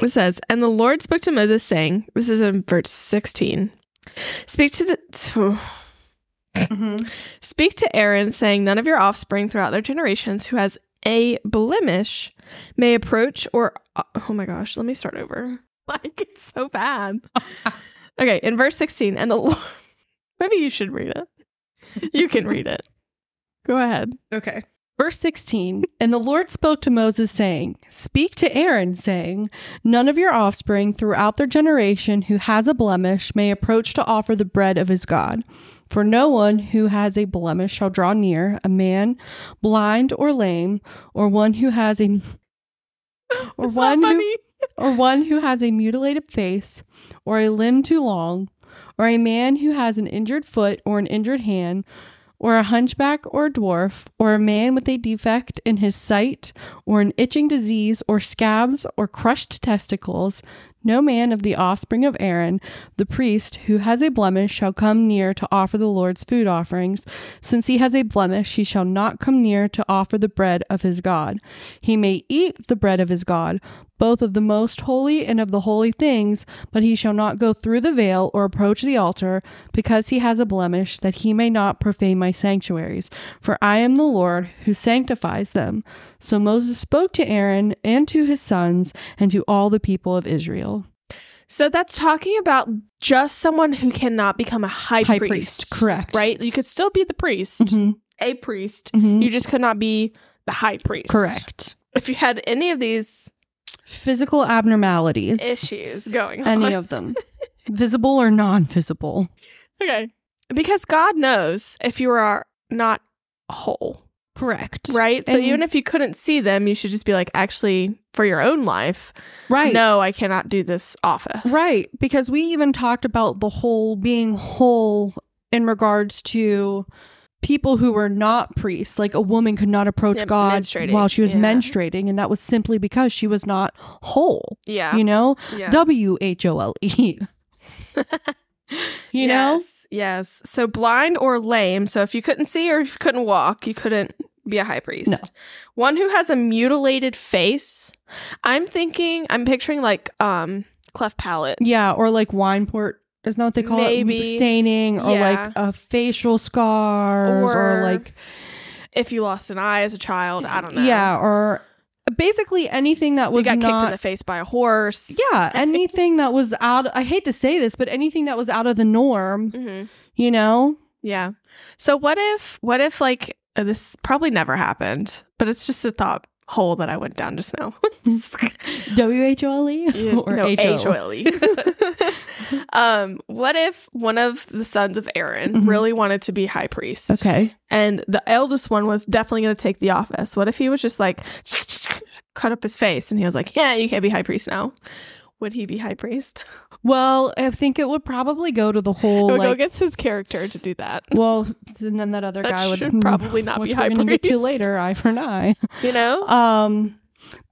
Speaker 1: It says, And the Lord spoke to Moses, saying, This is in verse 16. Speak to the.
Speaker 2: Mhm.
Speaker 1: Speak to Aaron, saying, None of your offspring throughout their generations who has a blemish may approach or. Oh my gosh, let me start over. Like, it's so bad. okay, in verse 16, and the Lord. Maybe you should read it. You can read it. Go ahead.
Speaker 2: Okay. Verse 16 And the Lord spoke to Moses, saying, Speak to Aaron, saying, None of your offspring throughout their generation who has a blemish may approach to offer the bread of his God. For no one who has a blemish shall draw near a man blind or lame, or one who has a or
Speaker 1: It's not
Speaker 2: one who
Speaker 1: funny.
Speaker 2: or one who has a mutilated face, or a limb too long, or a man who has an injured foot or an injured hand, or a hunchback or a dwarf, or a man with a defect in his sight, or an itching disease, or scabs, or crushed testicles, no man of the offspring of Aaron, the priest, who has a blemish, shall come near to offer the Lord's food offerings. Since he has a blemish, he shall not come near to offer the bread of his God. He may eat the bread of his God, both of the most holy and of the holy things, but he shall not go through the veil or approach the altar, because he has a blemish, that he may not profane my sanctuaries. For I am the Lord who sanctifies them. So Moses spoke to Aaron and to his sons and to all the people of Israel.
Speaker 1: So that's talking about just someone who cannot become a high, priest,
Speaker 2: correct.
Speaker 1: right? You could still be the priest,
Speaker 2: Mhm,
Speaker 1: a priest.
Speaker 2: mhm,
Speaker 1: You just could not be the high priest.
Speaker 2: Correct.
Speaker 1: If you had any of these
Speaker 2: Physical abnormalities.
Speaker 1: issues going on.
Speaker 2: Any of them. Visible or non visible.
Speaker 1: okay. Because God knows if you are not whole,
Speaker 2: Correct.
Speaker 1: right? so
Speaker 2: And-
Speaker 1: even if you couldn't see them, you should just be like, actually, for your own life,
Speaker 2: Right.
Speaker 1: no, I cannot do this office.
Speaker 2: Right, because we even talked about the whole being whole in regards to people who were not priests. Like a woman could not approach
Speaker 1: Yeah,
Speaker 2: God
Speaker 1: menstruating,
Speaker 2: while she was
Speaker 1: yeah.
Speaker 2: menstruating, and that was simply because she was not whole.
Speaker 1: Yeah.
Speaker 2: You know,
Speaker 1: yeah.
Speaker 2: W H O L E. You know,
Speaker 1: yes, yes. So blind or lame. So if you couldn't see or if you couldn't walk, you couldn't be a high priest.
Speaker 2: No.
Speaker 1: One who has a mutilated face. I'm thinking, I'm picturing like um cleft palate.
Speaker 2: yeah, or like wine port. Is not what they call
Speaker 1: Maybe.
Speaker 2: it staining, or
Speaker 1: Yeah.
Speaker 2: like a facial scars, or,
Speaker 1: Or-
Speaker 2: like
Speaker 1: If you lost an eye as a child, I don't know.
Speaker 2: yeah, or basically anything that
Speaker 1: If you
Speaker 2: was
Speaker 1: got
Speaker 2: not
Speaker 1: kicked in the face by a horse.
Speaker 2: Yeah, anything that was out I hate to say this, but anything that was out of the norm,
Speaker 1: hmm
Speaker 2: you know?
Speaker 1: Yeah. So what if, what if like uh, this probably never happened, but it's just a thought hole that I went down just now.
Speaker 2: W H O L E
Speaker 1: Yeah,
Speaker 2: or
Speaker 1: no,
Speaker 2: H O L E.
Speaker 1: H-O-L-E. Um, what if one of the sons of Aaron
Speaker 2: Mhm.
Speaker 1: really wanted to be high priest?
Speaker 2: Okay.
Speaker 1: And the eldest one was definitely going to take the office. What if he was just like, cut up his face and he was like, yeah, you can't be high priest now? Would he be high priest?
Speaker 2: Well, I think it would probably go to the
Speaker 1: It
Speaker 2: whole
Speaker 1: would go
Speaker 2: like.
Speaker 1: against his character to do that.
Speaker 2: well, and then that other
Speaker 1: That
Speaker 2: guy would
Speaker 1: should probably not
Speaker 2: which
Speaker 1: be Uh, high
Speaker 2: we're gonna get to
Speaker 1: priest.
Speaker 2: later, eye for an eye.
Speaker 1: You know?
Speaker 2: Um,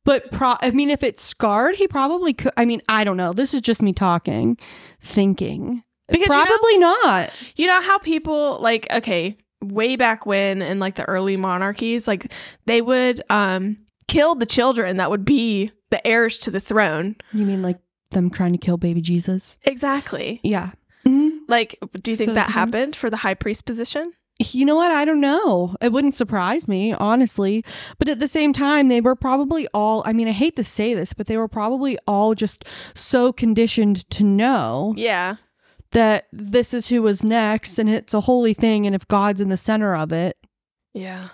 Speaker 2: but pro- I mean, if it's scarred, he probably could. I mean, I don't know. This is just me talking, thinking.
Speaker 1: Because you know-
Speaker 2: probably not.
Speaker 1: You know how people like okay, way back when in like the early monarchies, like they would um kill the children that would be the heirs to the throne.
Speaker 2: You mean like them trying to kill baby Jesus?
Speaker 1: Exactly.
Speaker 2: Yeah. Mhm.
Speaker 1: Like do you think
Speaker 2: So
Speaker 1: that
Speaker 2: then-
Speaker 1: happened for the high priest position?
Speaker 2: you know what? I don't know. It wouldn't surprise me, honestly. But at the same time, they were probably all, I mean, I hate to say this, but they were probably all just so conditioned to know
Speaker 1: Yeah.
Speaker 2: that this is who was next and it's a holy thing. And if God's in the center of it,
Speaker 1: Yeah.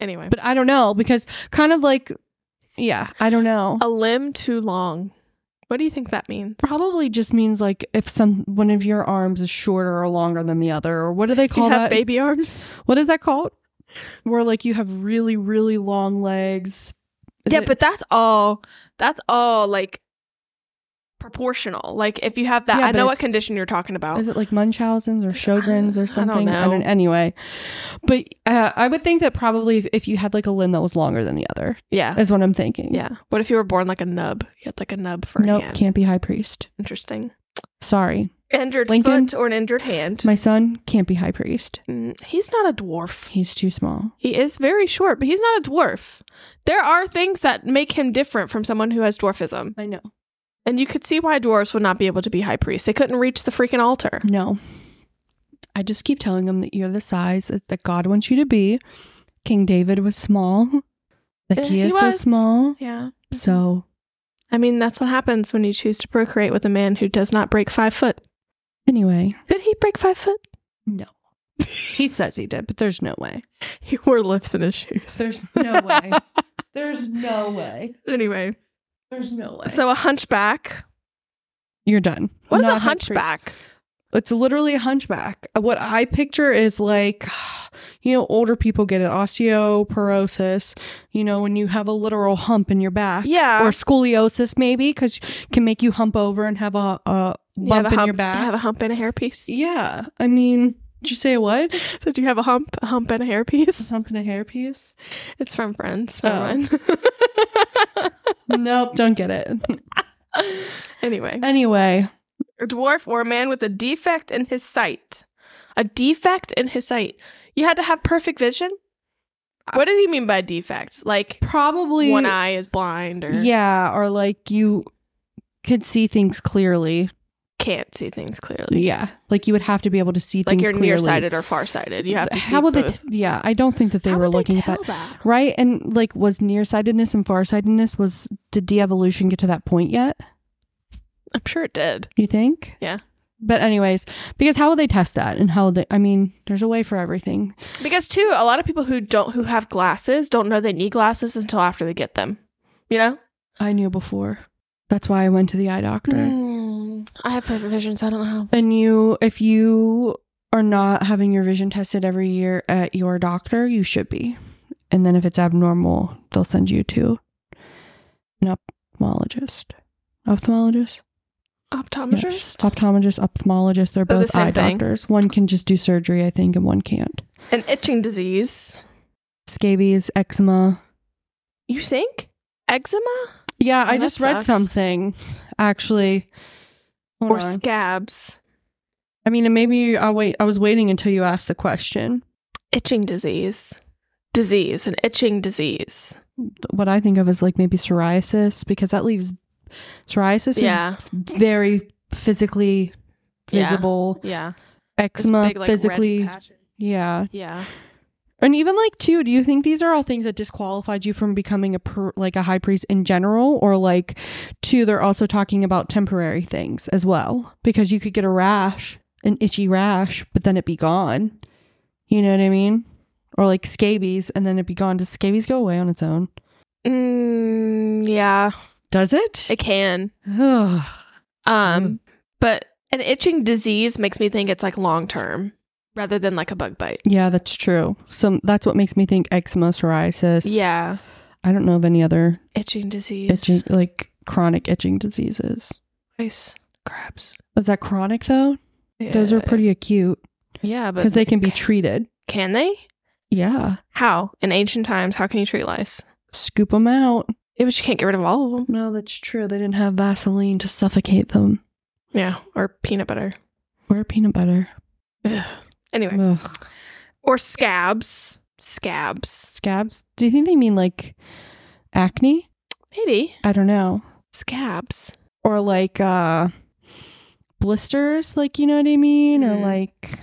Speaker 1: Anyway,
Speaker 2: but I don't know because kind of like, yeah, I don't know.
Speaker 1: a limb too long. What do you think that means?
Speaker 2: Probably just means like if some one of your arms is shorter or longer than the other, or what do they
Speaker 1: You
Speaker 2: call
Speaker 1: have
Speaker 2: that?
Speaker 1: baby arms.
Speaker 2: what is that called? Where like you have really, really long legs. Is
Speaker 1: yeah,
Speaker 2: it-
Speaker 1: but that's all. That's all like proportional. Like if you have that,
Speaker 2: Yeah,
Speaker 1: I
Speaker 2: but
Speaker 1: know what
Speaker 2: it's-
Speaker 1: condition you're talking about.
Speaker 2: Is it like Munchausen's or Sjogren's
Speaker 1: I
Speaker 2: or
Speaker 1: don't
Speaker 2: something?
Speaker 1: know.
Speaker 2: anyway, but uh, I would think that probably if, if you had like a limb that was longer than the other,
Speaker 1: yeah.
Speaker 2: is what I'm thinking.
Speaker 1: Yeah. What if you were born like a nub? You had like a nub for
Speaker 2: Nope,
Speaker 1: a hand.
Speaker 2: can't be high priest.
Speaker 1: Interesting.
Speaker 2: Sorry,
Speaker 1: Injured
Speaker 2: Lincoln?
Speaker 1: foot or an injured hand.
Speaker 2: my son can't be high priest.
Speaker 1: Mm, he's not a dwarf.
Speaker 2: He's too small.
Speaker 1: He is very short, but he's not a dwarf. There are things that make him different from someone who has dwarfism.
Speaker 2: I know.
Speaker 1: And you could see why dwarves would not be able to be high priests. They couldn't reach the freaking altar.
Speaker 2: No, I just keep telling him that you're the size that- that God wants you to be. King David was small.
Speaker 1: Yeah, he
Speaker 2: Zacchaeus Uh, was.
Speaker 1: was.
Speaker 2: small.
Speaker 1: Yeah.
Speaker 2: So
Speaker 1: I mean, that's what happens when you choose to procreate with a man who does not break five foot.
Speaker 2: anyway,
Speaker 1: Did he break five foot?
Speaker 2: no. he says he did, but there's no way.
Speaker 1: He wore lifts in his shoes.
Speaker 2: There's no way. There's no way.
Speaker 1: Anyway,
Speaker 2: There's no way.
Speaker 1: so a hunchback.
Speaker 2: you're done.
Speaker 1: What is
Speaker 2: Not
Speaker 1: a
Speaker 2: high priest.
Speaker 1: hunchback?
Speaker 2: It's literally a hunchback. What I picture is like, you know, older people get it osteoporosis. You know, when you have a literal hump in your back,
Speaker 1: Yeah.
Speaker 2: or scoliosis maybe because can make you hump over and have a, a
Speaker 1: You have
Speaker 2: bump
Speaker 1: a
Speaker 2: in
Speaker 1: hump-
Speaker 2: your back.
Speaker 1: You have a hump and a hairpiece.
Speaker 2: yeah, I mean, did you say what?
Speaker 1: Did you have a hump, a hump and a hairpiece?
Speaker 2: Hump in a hairpiece.
Speaker 1: It's from Friends.
Speaker 2: Oh.
Speaker 1: Never mind.
Speaker 2: nope, don't get it.
Speaker 1: anyway,
Speaker 2: Anyway,
Speaker 1: a dwarf or a man with a defect in his sight. A defect in his sight. You had to have perfect vision. What does he mean by defect? Like
Speaker 2: Uh, probably
Speaker 1: one eye is blind or
Speaker 2: Yeah, or like you could see things clearly.
Speaker 1: can't see things clearly.
Speaker 2: Yeah, like you would have to be able to see
Speaker 1: Like
Speaker 2: things
Speaker 1: you're
Speaker 2: clearly.
Speaker 1: nearsighted or farsighted. You have to.
Speaker 2: How
Speaker 1: see
Speaker 2: would they?
Speaker 1: both.
Speaker 2: t- yeah, I don't think that they
Speaker 1: How
Speaker 2: were
Speaker 1: would
Speaker 2: looking
Speaker 1: tell
Speaker 2: at that.
Speaker 1: that?
Speaker 2: Right, and like, was nearsightedness and farsightedness was did de-evolution get to that point yet?
Speaker 1: I'm sure it did.
Speaker 2: You think?
Speaker 1: Yeah.
Speaker 2: But anyways, because how would they test that? And how would they? I mean, there's a way for everything.
Speaker 1: Because too, a lot of people who don't who have glasses don't know they need glasses until after they get them. You know?
Speaker 2: I knew before. That's why I went to the eye doctor.
Speaker 1: I have perfect vision, so I don't know how.
Speaker 2: And you, if you are not having your vision tested every year at your doctor, you should be. And then if it's abnormal, they'll send you to an ophthalmologist. Ophthalmologist?
Speaker 1: Optometrist.
Speaker 2: Optomeologist, ophthalmologist. They're
Speaker 1: They're Oh, the
Speaker 2: both
Speaker 1: same
Speaker 2: eye
Speaker 1: thing.
Speaker 2: doctors. One can just do surgery, I think, and one can't.
Speaker 1: An itching disease.
Speaker 2: Scabies, eczema.
Speaker 1: You think? Eczema
Speaker 2: Yeah,
Speaker 1: Oh,
Speaker 2: I
Speaker 1: that
Speaker 2: just read
Speaker 1: sucks.
Speaker 2: something, actually. Hold
Speaker 1: or
Speaker 2: on.
Speaker 1: scabs?
Speaker 2: I mean, and maybe I'll wait. I was waiting until you asked the question.
Speaker 1: Itching disease. Disease. An itching disease.
Speaker 2: what I think of as like maybe psoriasis because that leaves psoriasis
Speaker 1: yeah.
Speaker 2: is very physically
Speaker 1: Yeah.
Speaker 2: visible,
Speaker 1: Yeah. Those
Speaker 2: eczema
Speaker 1: big, like, red
Speaker 2: physically.
Speaker 1: patches.
Speaker 2: Yeah.
Speaker 1: Yeah.
Speaker 2: And even like too, do you think these are all things that disqualified you from becoming a per, like a high priest in general or like two they're also talking about temporary things as well because you could get a rash, an itchy rash, but then it be gone. You know what I mean? Or like scabies and then it be gone. Does scabies go away on its own?
Speaker 1: Mm, yeah.
Speaker 2: Does it?
Speaker 1: It can.
Speaker 2: Ugh.
Speaker 1: Um, but An itching disease makes me think it's like long term rather than like a bug bite.
Speaker 2: Yeah, that's true. Some that's what makes me think eczema, psoriasis.
Speaker 1: Yeah.
Speaker 2: I don't know of any other
Speaker 1: Itching disease.
Speaker 2: itching like chronic itching diseases.
Speaker 1: Ice crabs.
Speaker 2: Is that chronic though? Those are
Speaker 1: Yeah.
Speaker 2: pretty acute
Speaker 1: Yeah, but
Speaker 2: because they can be treated.
Speaker 1: Can they?
Speaker 2: Yeah,
Speaker 1: How? In ancient times, how can you treat lice?
Speaker 2: scoop them out.
Speaker 1: Yeah, but you can't get rid of all of them.
Speaker 2: No, that's true. They didn't have Vaseline to suffocate them
Speaker 1: Yeah, or peanut butter.
Speaker 2: or peanut butter.
Speaker 1: Anyway,
Speaker 2: Ugh.
Speaker 1: or scabs. Scabs.
Speaker 2: Scabs? Do you think they mean like acne?
Speaker 1: Maybe
Speaker 2: I don't know.
Speaker 1: scabs.
Speaker 2: Or like uh blisters, like you know what I mean? Or
Speaker 1: Mm.
Speaker 2: like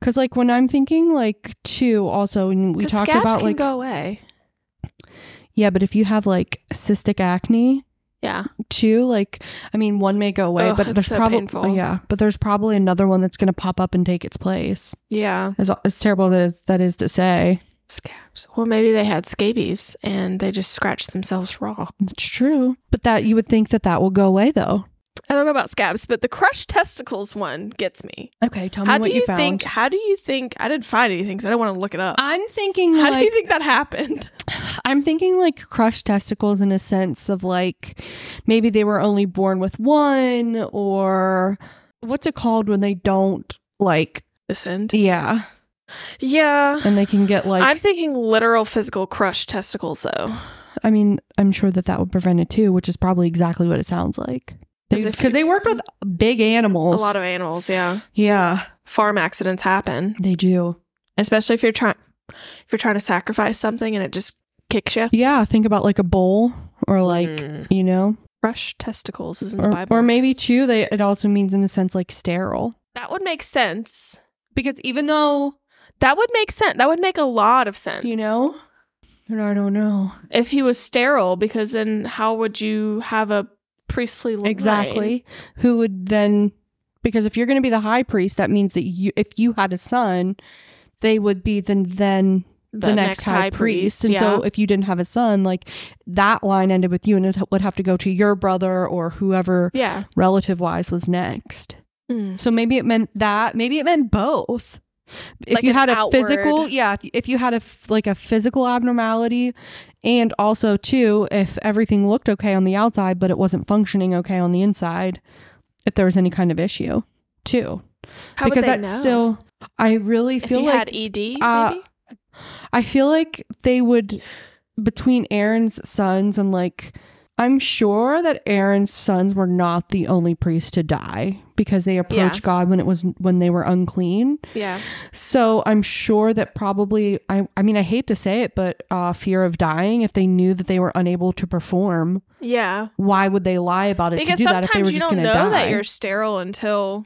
Speaker 2: cuz like when I'm thinking like two also and we
Speaker 1: 'Cause
Speaker 2: talked
Speaker 1: scabs
Speaker 2: about
Speaker 1: can
Speaker 2: like
Speaker 1: go away.
Speaker 2: yeah, but if you have like cystic acne
Speaker 1: Yeah,
Speaker 2: too, like I mean one may go away,
Speaker 1: Ugh,
Speaker 2: but
Speaker 1: it's
Speaker 2: there's
Speaker 1: so
Speaker 2: probably
Speaker 1: painful.
Speaker 2: yeah, but there's probably another one that's going to pop up and take its place.
Speaker 1: yeah,
Speaker 2: As, as terrible that is, that is to say.
Speaker 1: scabs. Well, maybe they had scabies and they just scratched themselves raw.
Speaker 2: It's true, but that you would think that that will go away though.
Speaker 1: I don't know about scabs, but the crushed testicles one gets me.
Speaker 2: Okay, tell
Speaker 1: how do you, think? How do you think? I didn't find anything, so I don't want to look it up.
Speaker 2: I'm thinking
Speaker 1: how do
Speaker 2: like
Speaker 1: you think that happened?
Speaker 2: I'm thinking like crushed testicles in a sense of like maybe they were only born with one or what's it called when they don't like
Speaker 1: This end.
Speaker 2: yeah
Speaker 1: Yeah.
Speaker 2: and they can get like
Speaker 1: I'm thinking literal physical crushed testicles though.
Speaker 2: I mean I'm sure that that would prevent it too which is probably exactly what it sounds like
Speaker 1: 'Cause if
Speaker 2: because
Speaker 1: you-
Speaker 2: they work with big animals
Speaker 1: A lot of animals, yeah.
Speaker 2: yeah
Speaker 1: Farm accidents happen,
Speaker 2: they do
Speaker 1: especially if you're trying if you're trying to sacrifice something and it just kicks you.
Speaker 2: yeah think about like a bull or like
Speaker 1: Mm.
Speaker 2: you know
Speaker 1: crushed testicles is in the
Speaker 2: or,
Speaker 1: Bible.
Speaker 2: or maybe too they it also means in a sense like sterile
Speaker 1: that would make sense.
Speaker 2: because even though
Speaker 1: That would make sense. That would make a lot of sense.
Speaker 2: you know I don't know
Speaker 1: if he was sterile, because then how would you have a priestly line?
Speaker 2: Exactly. Who would then because if you're going to be the high priest, that means that you if you had a son, they would be then then the, next, high, priest. And
Speaker 1: yeah.
Speaker 2: so if you didn't have a son, like that line ended with you and it would have to go to your brother or whoever
Speaker 1: yeah.
Speaker 2: relative wise was next.
Speaker 1: Mm.
Speaker 2: So maybe it meant that, maybe it meant both. If
Speaker 1: Like
Speaker 2: you
Speaker 1: an
Speaker 2: had a
Speaker 1: outward-
Speaker 2: physical, yeah, if- if you had a f- like a physical abnormality and also too if everything looked okay on the outside but it wasn't functioning okay on the inside, if there was any kind of issue too.
Speaker 1: How would
Speaker 2: because
Speaker 1: they
Speaker 2: that's
Speaker 1: know?
Speaker 2: still I really
Speaker 1: if
Speaker 2: feel
Speaker 1: you
Speaker 2: like
Speaker 1: had ED,
Speaker 2: uh,
Speaker 1: maybe?
Speaker 2: I feel like they would between Aaron's sons and like I'm sure that Aaron's sons were not the only priests to die because they approached God when it was when they were unclean.
Speaker 1: Yeah.
Speaker 2: So I'm sure that probably I I mean I hate to say it, but uh, fear of dying if they knew that they were unable to perform,
Speaker 1: Yeah.
Speaker 2: why would they lie about it
Speaker 1: because
Speaker 2: to do that
Speaker 1: sometimes
Speaker 2: if they were
Speaker 1: you
Speaker 2: just
Speaker 1: don't
Speaker 2: going to
Speaker 1: know
Speaker 2: die?
Speaker 1: that you're sterile until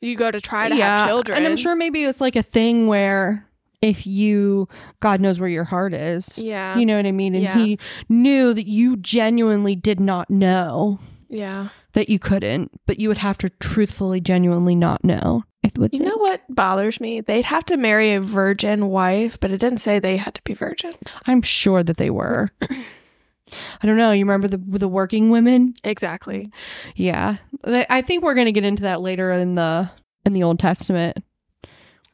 Speaker 1: you go to try to have children.
Speaker 2: And I'm sure maybe it's like a thing where if you God knows where your heart is.
Speaker 1: Yeah.
Speaker 2: You know what I mean? And
Speaker 1: Yeah.
Speaker 2: he knew that you genuinely did not know
Speaker 1: yeah.
Speaker 2: that you couldn't, but you would have to truthfully, genuinely not know. I would
Speaker 1: You know
Speaker 2: think.
Speaker 1: what bothers me? They'd have to marry a virgin wife, but it didn't say they had to be virgins.
Speaker 2: I'm sure that they were. I don't know. You remember the the working women?
Speaker 1: Exactly.
Speaker 2: Yeah, Th- I think we're going to get into that later in the in the Old Testament,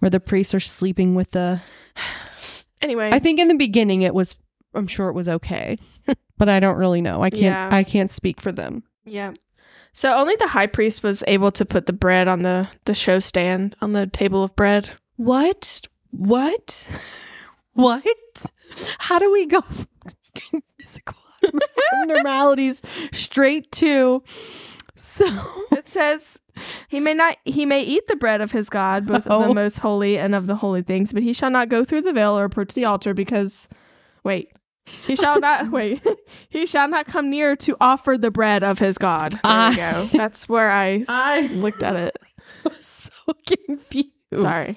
Speaker 2: where the priests are sleeping with the
Speaker 1: Anyway,
Speaker 2: I think in the beginning it was I'm sure it was okay. but I don't really know. I can't
Speaker 1: Yeah.
Speaker 2: I can't speak for them.
Speaker 1: yeah. So only the high priest was able to put the bread on the the show stand on the table of bread.
Speaker 2: What? What? What? How do we go from physical abnormalities straight to so
Speaker 1: It says he may not he may eat the bread of his God, both of
Speaker 2: Oh.
Speaker 1: the most holy and of the holy things, but he shall not go through the veil or approach the altar because wait. He shall not wait. He shall not come near to offer the bread of his God. There
Speaker 2: Ah.
Speaker 1: we go. That's where I
Speaker 2: I
Speaker 1: looked at it.
Speaker 2: was so confused.
Speaker 1: Sorry.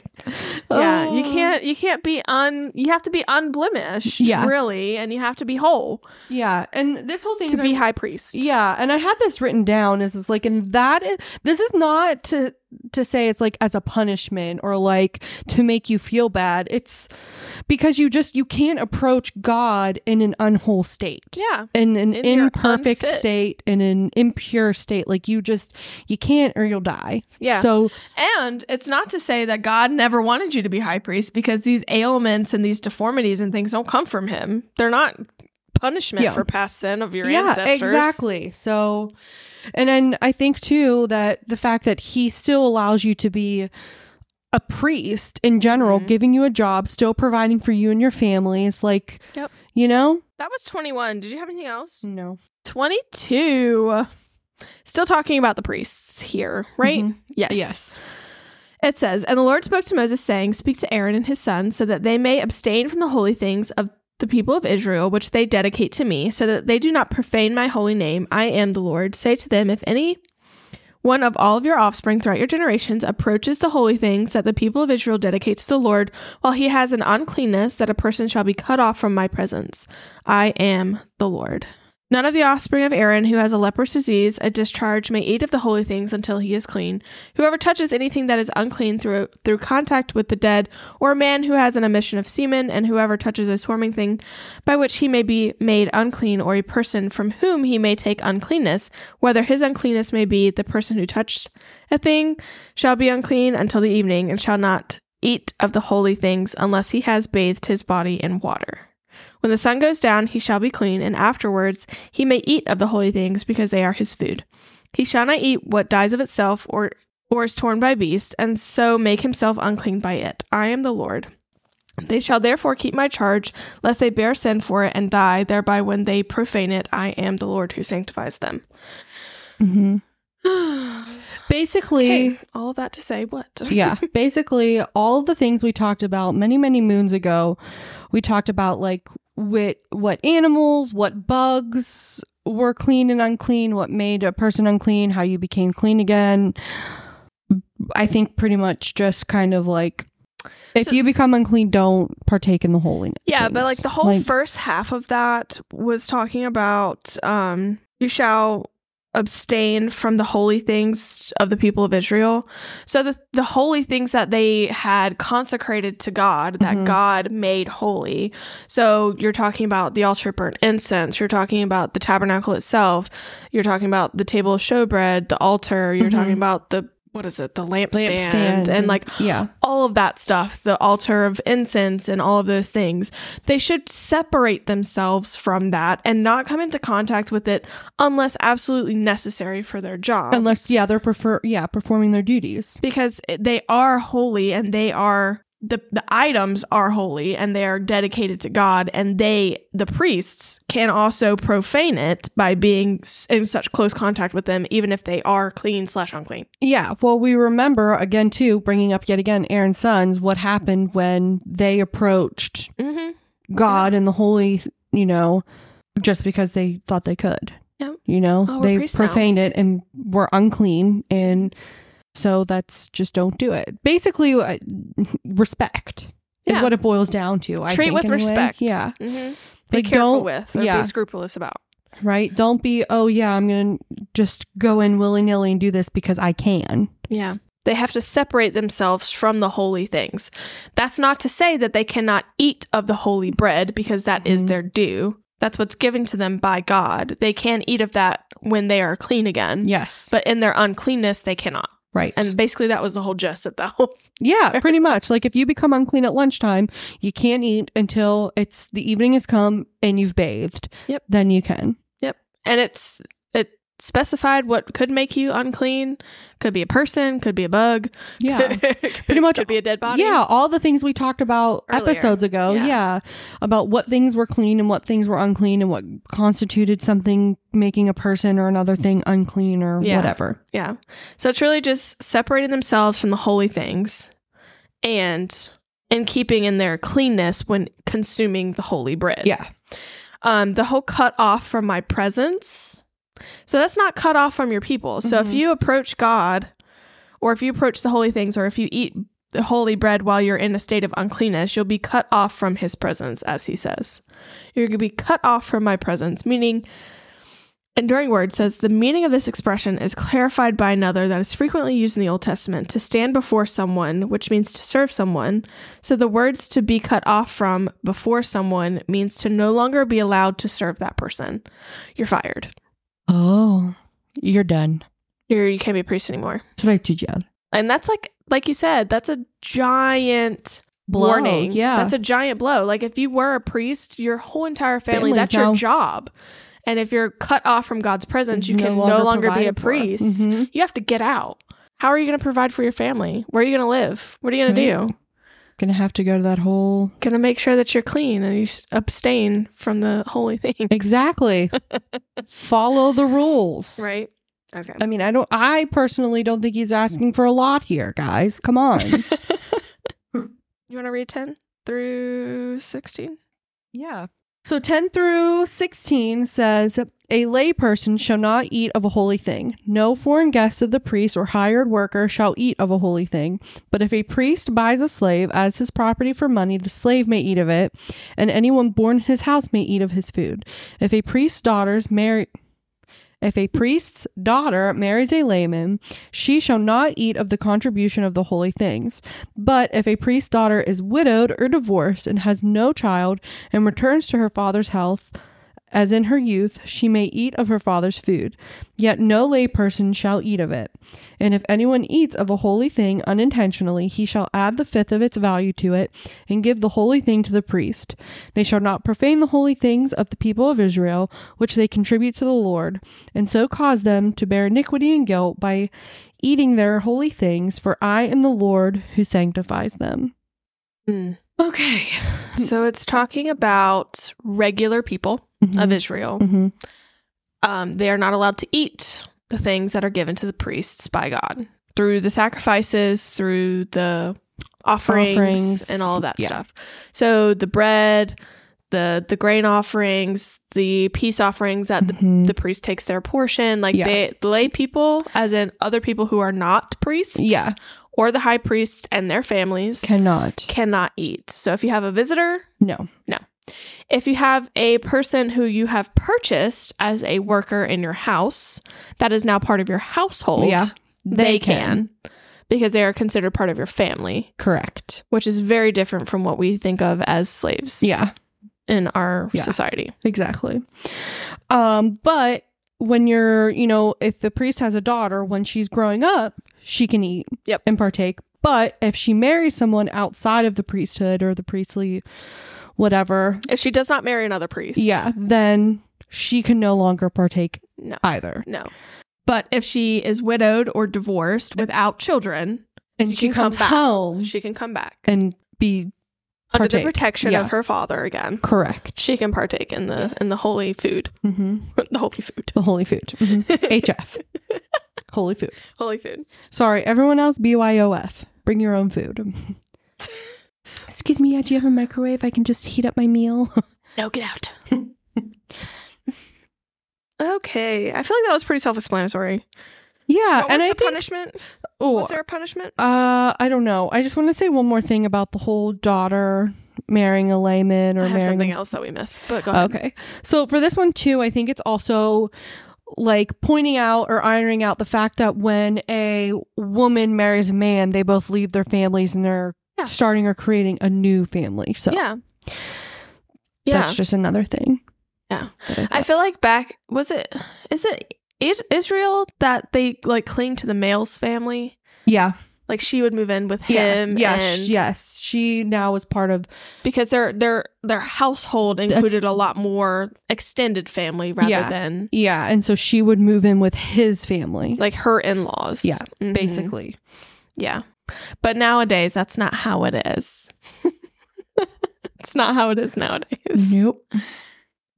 Speaker 1: Yeah. You can't you can't be un you have to be unblemished,
Speaker 2: Yeah.
Speaker 1: really, and you have to be whole
Speaker 2: Yeah, and this whole thing
Speaker 1: to be high priest.
Speaker 2: Yeah, and I had this written down. Is is like, and that is, this is not to to say it's like as a punishment or like to make you feel bad. It's because you just you can't approach God in an unwhole state.
Speaker 1: Yeah.
Speaker 2: In an
Speaker 1: In your
Speaker 2: imperfect
Speaker 1: unfit.
Speaker 2: state, in an impure state. Like you just you can't or you'll die.
Speaker 1: Yeah.
Speaker 2: So
Speaker 1: And it's not to say that God never wanted you to be high priest because these ailments and these deformities and things don't come from him. They're not punishment
Speaker 2: Yeah.
Speaker 1: for past sin of your ancestors.
Speaker 2: Exactly. So, and then I think too that the fact that he still allows you to be a priest in general,
Speaker 1: Mhm.
Speaker 2: giving you a job, still providing for you and your family is like,
Speaker 1: Yep.
Speaker 2: you know,
Speaker 1: That was 21. Did you have anything else?
Speaker 2: no,
Speaker 1: 22. Still talking about the priests here, right?
Speaker 2: Mhm.
Speaker 1: Yes. It says, And the Lord spoke to Moses, saying, Speak to Aaron and his sons, so that they may abstain from the holy things of the people of Israel, which they dedicate to me, so that they do not profane my holy name. I am the Lord. Say to them, If any one of all of your offspring throughout your generations approaches the holy things that the people of Israel dedicate to the Lord, while he has an uncleanness, that a person shall be cut off from my presence. I am the Lord. None of the offspring of Aaron who has a leprous disease, a discharge, may eat of the holy things until he is clean. Whoever touches anything that is unclean through through contact with the dead, or a man who has an emission of semen, and whoever touches a swarming thing by which he may be made unclean, or a person from whom he may take uncleanness, whether his uncleanness may be the person who touched a thing, shall be unclean until the evening, and shall not eat of the holy things unless he has bathed his body in water. When the sun goes down, he shall be clean, and afterwards he may eat of the holy things, because they are his food. He shall not eat what dies of itself, or or is torn by beasts, and so make himself unclean by it. I am the Lord. They shall therefore keep my charge, lest they bear sin for it and die, thereby when they profane it, I am the Lord who sanctifies them.
Speaker 2: hmm Basically,
Speaker 1: okay, all of that to say what?
Speaker 2: yeah basically all the things we talked about many many moons ago we talked about like what what animals what bugs were clean and unclean what made a person unclean how you became clean again i think pretty much just kind of like if
Speaker 1: So-
Speaker 2: you become unclean don't partake in the holy
Speaker 1: Yeah, but
Speaker 2: things.
Speaker 1: like the whole first half of that was talking about um you shall abstain from the holy things of the people of Israel. So the the holy things that they had consecrated to God that
Speaker 2: Mhm.
Speaker 1: God made holy. So you're talking about the altar burnt incense, you're talking about the tabernacle itself, you're talking about the table of showbread, the altar, you're
Speaker 2: Mhm.
Speaker 1: talking about the what is it, the Mm-hmm. lampstand,
Speaker 2: Lampstand
Speaker 1: and like
Speaker 2: yeah
Speaker 1: all of that stuff, the altar of incense and all of those things, they should separate themselves from that and not come into contact with it unless absolutely necessary for their job.
Speaker 2: unless yeah they're prefer yeah performing their duties
Speaker 1: because it- they are holy and they are the, the items are holy and they are dedicated to God, and they, the priests, can also profane it by being s- in such close contact with them, even if they are clean slash unclean.
Speaker 2: Yeah, well, we remember again too, bringing up yet again Aaron's sons. What happened when they approached
Speaker 1: Mm-hmm.
Speaker 2: God and the holy? You know, just because they thought they could.
Speaker 1: Yep.
Speaker 2: You know,
Speaker 1: Oh, we're
Speaker 2: they
Speaker 1: priests now.
Speaker 2: profaned it and were unclean, and so that's just don't do it. Basically, uh, respect is
Speaker 1: Yeah.
Speaker 2: what it boils down to. I
Speaker 1: Treat
Speaker 2: think,
Speaker 1: with
Speaker 2: in a way.
Speaker 1: respect.
Speaker 2: Yeah,
Speaker 1: Mm-hmm. Be
Speaker 2: Like,
Speaker 1: careful
Speaker 2: don't-
Speaker 1: with or
Speaker 2: yeah.
Speaker 1: be scrupulous about.
Speaker 2: right. Don't be. Oh yeah, I'm gonna just go in willy nilly and do this because I can.
Speaker 1: Yeah. They have to separate themselves from the holy things. That's not to say that they cannot eat of the holy bread because that is
Speaker 2: Mhm.
Speaker 1: their due. That's what's given to them by God. They can eat of that when they are clean again.
Speaker 2: Yes.
Speaker 1: Mm-hmm. But in their uncleanness, they cannot.
Speaker 2: right.
Speaker 1: And basically, that was the whole gist of that whole.
Speaker 2: Yeah, pretty much. Like if you become unclean at lunchtime, you can't eat until it's the evening has come and you've bathed.
Speaker 1: Yep.
Speaker 2: Then you can.
Speaker 1: And it's it specified what could make you unclean. Could be a person. Could be a bug.
Speaker 2: Yeah.
Speaker 1: pretty
Speaker 2: much-
Speaker 1: Could be a dead body.
Speaker 2: Yeah, all the things we talked about
Speaker 1: Earlier.
Speaker 2: episodes ago.
Speaker 1: Yeah.
Speaker 2: Yeah. About what things were clean and what things were unclean and what constituted something making a person or another thing unclean or
Speaker 1: Yeah.
Speaker 2: whatever.
Speaker 1: Yeah. So it's really just separating themselves from the holy things and and keeping in their cleanness when consuming the holy bread.
Speaker 2: Yeah.
Speaker 1: Um the whole cut off from my presence. So that's not cut off from your people. So if
Speaker 2: Mhm.
Speaker 1: you approach God or if you approach the holy things or if you eat the holy bread while you're in a state of uncleanness, you'll be cut off from his presence as he says. You're going to be cut off from my presence, meaning Enduring Word says the meaning of this expression is clarified by another that is frequently used in the Old Testament to stand before someone, which means to serve someone. So the words to be cut off from before someone means to no longer be allowed to serve that person. You're fired.
Speaker 2: Oh, you're done.
Speaker 1: You're, you can't be a priest anymore.
Speaker 2: Straight to jail.
Speaker 1: And that's like, like you said, that's a giant
Speaker 2: Blow,
Speaker 1: warning.
Speaker 2: Yeah.
Speaker 1: That's a giant blow. Like if you were a priest, your whole entire family,
Speaker 2: Family's
Speaker 1: that's
Speaker 2: now-
Speaker 1: your job. And if you're cut off from God's presence,
Speaker 2: It's
Speaker 1: you can no longer be a
Speaker 2: provided for.
Speaker 1: priest.
Speaker 2: Mhm.
Speaker 1: You have to get out. How are you going to provide for your family? Where are you going to live? What are you going to
Speaker 2: Right.
Speaker 1: do?
Speaker 2: Gonna have to go to that whole.
Speaker 1: Going to make sure that you're clean and you s- abstain from the holy thing.
Speaker 2: Exactly. Follow the rules.
Speaker 1: Right? Okay.
Speaker 2: I mean, I don't. I personally don't think he's asking for a lot here, guys. Come on.
Speaker 1: you want to read 10 through 16?
Speaker 2: Yeah. So 10 through 16 says, A layperson shall not eat of a holy thing. No foreign guest of the priest or hired worker shall eat of a holy thing. But if a priest buys a slave as his property for money, the slave may eat of it, and anyone born in his house may eat of his food. If a priest's daughters marry. If a priest's daughter marries a layman, she shall not eat of the contribution of the holy things. But if a priest's daughter is widowed or divorced and has no child and returns to her father's house, as in her youth, she may eat of her father's food, yet no layperson shall eat of it. And if anyone eats of a holy thing unintentionally, he shall add the fifth of its value to it and give the holy thing to the priest. They shall not profane the holy things of the people of Israel, which they contribute to the Lord, and so cause them to bear iniquity and guilt by eating their holy things, for I am the Lord who sanctifies them. Mm. Okay.
Speaker 1: So it's talking about regular people of Israel.
Speaker 2: hmm
Speaker 1: um, they are not allowed to eat the things that are given to the priests by God through the sacrifices, through the offerings,
Speaker 2: Offerings,
Speaker 1: and all that
Speaker 2: yeah.
Speaker 1: stuff. So the bread, the the grain offerings, the peace offerings that the
Speaker 2: Mm-hmm.
Speaker 1: the priest takes their portion, like
Speaker 2: Mm. Yeah.
Speaker 1: they the lay people, as in other people who are not priests,
Speaker 2: Yeah.
Speaker 1: or the high priests and their families,
Speaker 2: Cannot.
Speaker 1: cannot eat. So if you have a visitor,
Speaker 2: No.
Speaker 1: if you have a person who you have purchased as a worker in your house that is now part of your household,
Speaker 2: Yeah,
Speaker 1: they,
Speaker 2: they
Speaker 1: can.
Speaker 2: can.
Speaker 1: because they are considered part of your family,
Speaker 2: Correct.
Speaker 1: which is very different from what we think of as slaves
Speaker 2: Yeah,
Speaker 1: in our
Speaker 2: Yeah.
Speaker 1: society.
Speaker 2: exactly. Um, but when you're, you know, if the priest has a daughter, when she's growing up, she can eat
Speaker 1: Yep.
Speaker 2: and partake. But if she marries someone outside of the priesthood or the priestly whatever,
Speaker 1: If she does not marry another priest,
Speaker 2: yeah, then she can no longer partake
Speaker 1: No.
Speaker 2: either.
Speaker 1: No. But if she is widowed or divorced without children,
Speaker 2: And
Speaker 1: She
Speaker 2: she,
Speaker 1: can come
Speaker 2: comes
Speaker 1: back.
Speaker 2: home
Speaker 1: she can come back
Speaker 2: and be
Speaker 1: under the
Speaker 2: partake.
Speaker 1: protection
Speaker 2: Yeah.
Speaker 1: of her father again.
Speaker 2: correct.
Speaker 1: She can partake in the in the holy food,
Speaker 2: hmm
Speaker 1: the holy food,
Speaker 2: The holy food. Mhm. HF. Holy food.
Speaker 1: holy food.
Speaker 2: Sorry, everyone else, BYOF. Bring your own food. Excuse me, do you have a microwave? I can just heat up my meal.
Speaker 1: No, get out. okay, I feel like that was pretty self-explanatory.
Speaker 2: Yeah,
Speaker 1: What was
Speaker 2: and I
Speaker 1: the
Speaker 2: think.
Speaker 1: punishment?
Speaker 2: Oh,
Speaker 1: Was there a punishment?
Speaker 2: uh, I don't know. I just want to say one more thing about the whole daughter marrying a layman or
Speaker 1: I have
Speaker 2: marrying
Speaker 1: something else that we missed, but go ahead.
Speaker 2: Okay. So for this one too, I think it's also like pointing out or ironing out the fact that when a woman marries a man, they both leave their families and they're
Speaker 1: Yeah.
Speaker 2: starting or creating a new family. So
Speaker 1: Yeah, yeah.
Speaker 2: that's just another thing.
Speaker 1: Yeah.
Speaker 2: that I
Speaker 1: I
Speaker 2: thought-
Speaker 1: feel like back was it? Is it is Israel that they like cling to the male's family?
Speaker 2: yeah.
Speaker 1: Like she would move in with
Speaker 2: Yeah.
Speaker 1: him.
Speaker 2: Yeah,
Speaker 1: and-
Speaker 2: sh- yes. She now is part of
Speaker 1: because their their their household
Speaker 2: That's-
Speaker 1: included a lot more extended family rather
Speaker 2: Yeah.
Speaker 1: than
Speaker 2: yeah, and so she would move in with his family,
Speaker 1: like her in-laws.
Speaker 2: Yeah,
Speaker 1: Mhm.
Speaker 2: basically.
Speaker 1: Yeah. But nowadays, that's not how it is. it's not how it is nowadays.
Speaker 2: Nope.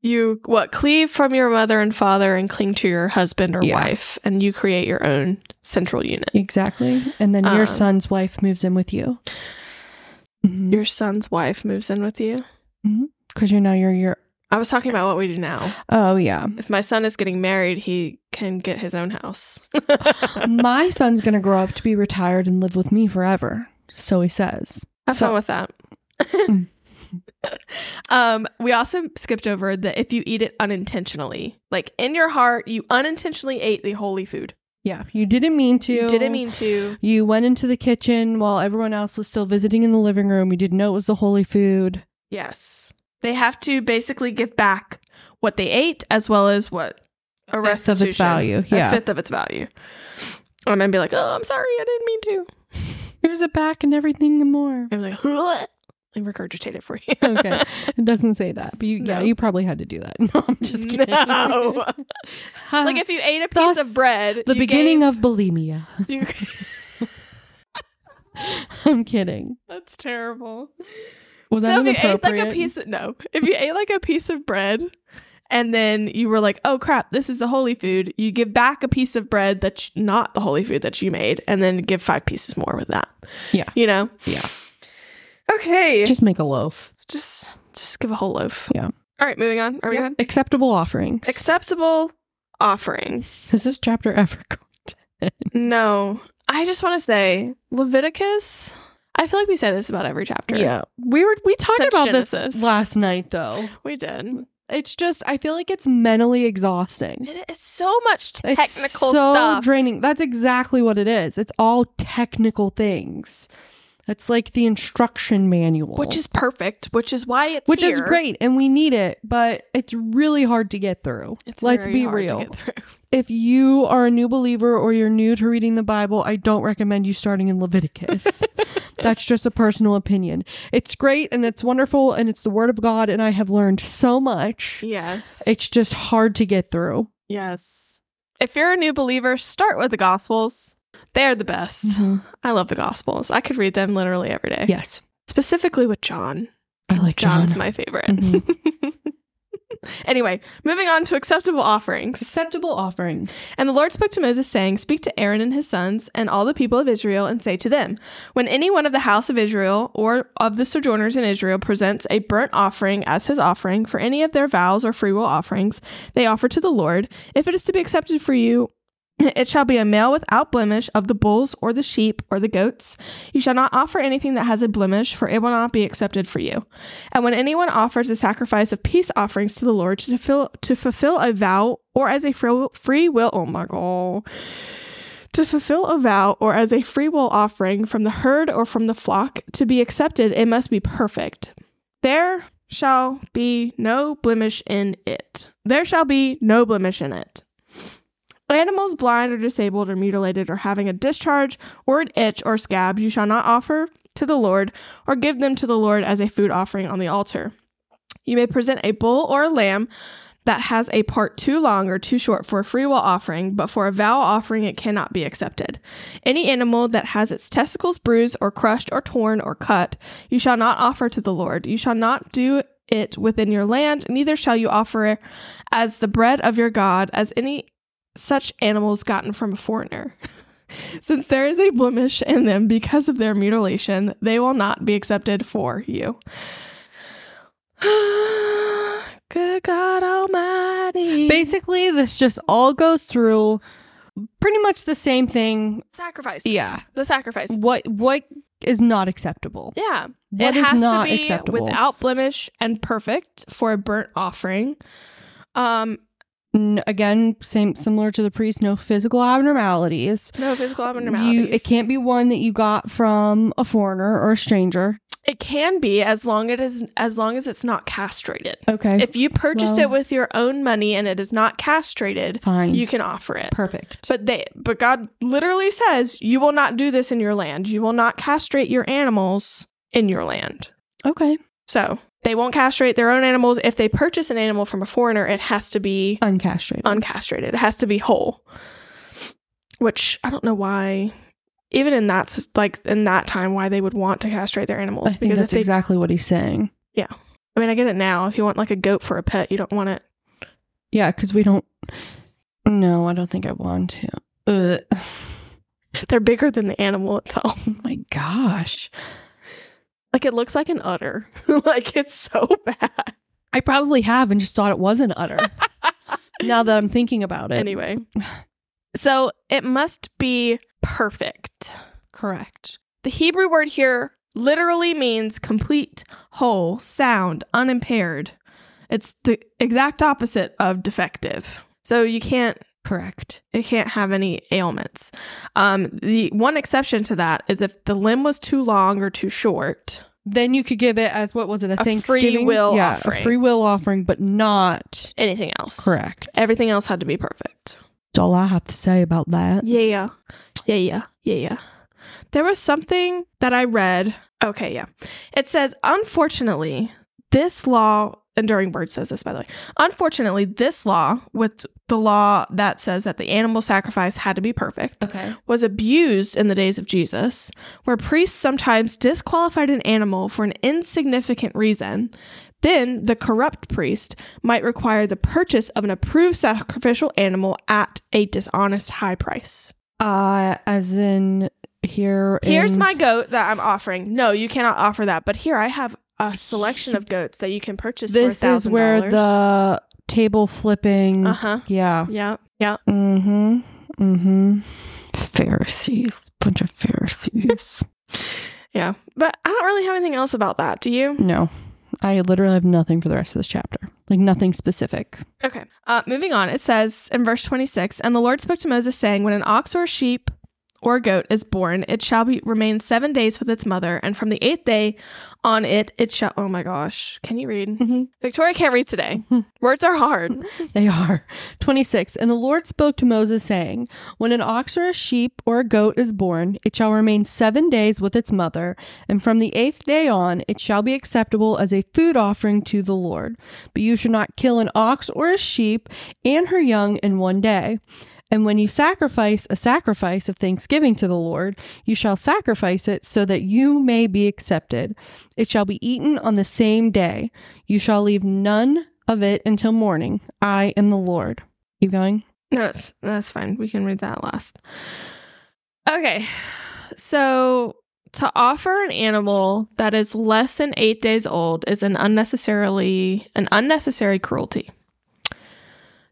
Speaker 1: You, what, cleave from your mother and father and cling to your husband or
Speaker 2: Yeah.
Speaker 1: wife, and you create your own central unit.
Speaker 2: Exactly. And then your
Speaker 1: Um,
Speaker 2: son's wife moves in with you.
Speaker 1: Your son's wife moves in with you.
Speaker 2: Because you're now you're your
Speaker 1: I was talking about what we do now.
Speaker 2: oh yeah.
Speaker 1: If my son is getting married, he can get his own house.
Speaker 2: My son's gonna grow up to be retired and live with me forever. So he says.
Speaker 1: Have
Speaker 2: So-
Speaker 1: fun with that. Um, we also skipped over that if you eat it unintentionally, like in your heart, you unintentionally ate the holy food.
Speaker 2: Yeah, you didn't mean to.
Speaker 1: You didn't mean to.
Speaker 2: You went into the kitchen while everyone else was still visiting in the living room. You didn't know it was the holy food.
Speaker 1: Yes. They have to basically give back what they ate as well as what a
Speaker 2: fifth of
Speaker 1: restitution.
Speaker 2: its value.
Speaker 1: A
Speaker 2: Yeah.
Speaker 1: fifth of its value. And then be like, oh, I'm sorry, I didn't mean to.
Speaker 2: Here's it back and everything and more.
Speaker 1: And be like, "Ugh," and regurgitate it for you.
Speaker 2: Okay. it doesn't say that, but you, yeah,
Speaker 1: No.
Speaker 2: you probably had to do that. No, I'm just kidding.
Speaker 1: No.
Speaker 2: Ha,
Speaker 1: like if you ate a piece
Speaker 2: Thus,
Speaker 1: of bread,
Speaker 2: the beginning of bulimia.
Speaker 1: of you,
Speaker 2: I'm kidding.
Speaker 1: that's terrible.
Speaker 2: Was that
Speaker 1: so if you ate
Speaker 2: inappropriate?
Speaker 1: like a piece of no, if you ate like a piece of bread and then you were like, oh crap, this is the holy food, you give back a piece of bread that's not the holy food that you made, and then give five pieces more with that.
Speaker 2: Yeah.
Speaker 1: You know?
Speaker 2: Yeah.
Speaker 1: Okay. Just
Speaker 2: Just make a loaf.
Speaker 1: just, just give a whole loaf.
Speaker 2: Yeah.
Speaker 1: All right, moving on. Are we
Speaker 2: Yep.
Speaker 1: done?
Speaker 2: Acceptable offerings.
Speaker 1: Acceptable offerings.
Speaker 2: Is this chapter ever going to
Speaker 1: No. I just want to say Leviticus. I feel like we say this about every chapter.
Speaker 2: end? Yeah. We were we talked
Speaker 1: Since
Speaker 2: about
Speaker 1: Genesis.
Speaker 2: this last night though.
Speaker 1: We did.
Speaker 2: It's just I feel like it's mentally exhausting.
Speaker 1: It is so much
Speaker 2: It's
Speaker 1: technical
Speaker 2: so
Speaker 1: stuff.
Speaker 2: draining. That's exactly what it is. It's all technical things. It's like the instruction manual,
Speaker 1: which is perfect, which is why it's
Speaker 2: which is
Speaker 1: here.
Speaker 2: great, and we need it, but it's really hard to get through.
Speaker 1: It's
Speaker 2: Let's
Speaker 1: very
Speaker 2: be
Speaker 1: hard to
Speaker 2: real.
Speaker 1: get through.
Speaker 2: If you are a new believer or you're new to reading the Bible, I don't recommend you starting in Leviticus. That's just a personal opinion. It's great and it's wonderful and it's the Word of God, and I have learned so much.
Speaker 1: Yes.
Speaker 2: It's just hard to get through.
Speaker 1: yes. If you're a new believer, start with the Gospels. They're the best.
Speaker 2: Mm-hmm.
Speaker 1: I love the Gospels. I could read them literally every day.
Speaker 2: Yes,
Speaker 1: Specifically with John.
Speaker 2: I like John. Mm-hmm.
Speaker 1: John's my favorite. anyway, moving on to acceptable offerings.
Speaker 2: Acceptable offerings.
Speaker 1: And the Lord spoke to Moses, saying, Speak to Aaron and his sons and all the people of Israel, and say to them, When any one of the house of Israel or of the sojourners in Israel presents a burnt offering as his offering for any of their vows or freewill offerings they offer to the Lord, if it is to be accepted for you, it shall be a male without blemish of the bulls or the sheep or the goats. You shall not offer anything that has a blemish, for it will not be accepted for you. And when anyone offers a sacrifice of peace offerings to the Lord to fulfill, to fulfill a vow or as a free, free will, oh my God, to fulfill a vow or as a free will offering from the herd or from the flock to be accepted, it must be perfect. There shall be no blemish in it. There shall be no blemish in it. Animals blind or disabled or mutilated or having a discharge or an itch or scab, you shall not offer to the Lord or give them to the Lord as a food offering on the altar. You may present a bull or a lamb that has a part too long or too short for a freewill offering, but for a vow offering it cannot be accepted. Any animal that has its testicles bruised or crushed or torn or cut, you shall not offer to the Lord. You shall not do it within your land, neither shall you offer it as the bread of your God, as any such animals gotten from a foreigner. Since there is a blemish in them because of their mutilation, they will not be accepted for you. Good God Almighty.
Speaker 2: Basically, this just all goes through pretty much the same thing.
Speaker 1: sacrifices.
Speaker 2: Yeah.
Speaker 1: The sacrifices.
Speaker 2: What what is not acceptable?
Speaker 1: Yeah.
Speaker 2: What
Speaker 1: it
Speaker 2: is
Speaker 1: has
Speaker 2: not
Speaker 1: to be
Speaker 2: acceptable?
Speaker 1: without blemish and perfect for a burnt offering. Um,
Speaker 2: N- again, same similar to the priest. No physical abnormalities.
Speaker 1: no physical abnormalities.
Speaker 2: You, it can't be one that you got from a foreigner or a stranger.
Speaker 1: It can be as long it is as long as it's not castrated.
Speaker 2: Okay,
Speaker 1: If you purchased
Speaker 2: Well-
Speaker 1: it with your own money and it is not castrated,
Speaker 2: fine,
Speaker 1: you can offer it.
Speaker 2: perfect.
Speaker 1: But they but God literally says you will not do this in your land. You will not castrate your animals in your land.
Speaker 2: okay,
Speaker 1: So they won't castrate their own animals. If they purchase an animal from a foreigner, it has to be
Speaker 2: uncastrated.
Speaker 1: uncastrated. It has to be whole. Which I don't know why even in that s- like in that time why they would want to castrate their
Speaker 2: I
Speaker 1: animals
Speaker 2: think
Speaker 1: because if
Speaker 2: that's
Speaker 1: they
Speaker 2: exactly what he's saying.
Speaker 1: I mean I get it now. If you want like a goat for a pet, you don't want it
Speaker 2: Yeah, because we don't. No, I don't think I want to. Ugh.
Speaker 1: they're bigger than the animal itself.
Speaker 2: Oh my gosh.
Speaker 1: Like it looks like an udder. like it's so bad.
Speaker 2: I probably have and just thought it was an udder. now that I'm thinking about it.
Speaker 1: anyway. So it must be perfect.
Speaker 2: Correct.
Speaker 1: The Hebrew word here literally means complete, whole, sound, unimpaired. It's the exact opposite of defective. So you can't
Speaker 2: Correct.
Speaker 1: it can't have any ailments. Um, the one exception to that is if the limb was too long or too short.
Speaker 2: Then you could give it as what was it? A,
Speaker 1: free
Speaker 2: Thanksgiving
Speaker 1: will
Speaker 2: yeah,
Speaker 1: offering.
Speaker 2: a free will offering, but not
Speaker 1: Anything else?
Speaker 2: correct.
Speaker 1: Everything else had to be perfect.
Speaker 2: That's all I have to say about that.
Speaker 1: Yeah, yeah, yeah, yeah, yeah. There was something that I read. Okay, yeah. It says, unfortunately, this law, Enduring Bird says this, by the way. Unfortunately, this law, with the law that says that the animal sacrifice had to be perfect,
Speaker 2: Okay.
Speaker 1: was abused in the days of Jesus, where priests sometimes disqualified an animal for an insignificant reason. Then the corrupt priest might require the purchase of an approved sacrificial animal at a dishonest high price.
Speaker 2: Uh, as in here.
Speaker 1: Here's
Speaker 2: in-
Speaker 1: my goat that I'm offering. No, you cannot offer that, but here I have a selection of goats that you can purchase
Speaker 2: This
Speaker 1: for $1,000.
Speaker 2: is where um, the table flipping.
Speaker 1: Uh huh.
Speaker 2: Yeah.
Speaker 1: Yeah. Yeah.
Speaker 2: Mm-hmm. Mm-hmm. Pharisees, bunch of Pharisees.
Speaker 1: Yeah. But I don't really have anything else about that. Do you?
Speaker 2: no, I literally have nothing for the rest of this chapter. Like nothing specific.
Speaker 1: Okay. Uh, moving on, it says in verse 26 And the Lord spoke to Moses, saying, When an ox or a sheep or goat is born, it shall be, remain seven days with its mother, and from the eighth day on it, it shall. Oh my gosh. Can you read? Victoria can't read today. Words are hard.
Speaker 2: They are. 26. And the Lord spoke to Moses, saying, When an ox or a sheep or a goat is born, it shall remain seven days with its mother, and from the eighth day on, it shall be acceptable as a food offering to the Lord. But you shall not kill an ox or a sheep and her young in one day. And when you sacrifice a sacrifice of thanksgiving to the Lord, you shall sacrifice it so that you may be accepted. It shall be eaten on the same day. You shall leave none of it until morning. I am the Lord. Keep going.
Speaker 1: No, it's, that's fine. We can read that last. Okay. So to offer an animal that is less than eight days old is an unnecessarily an unnecessary cruelty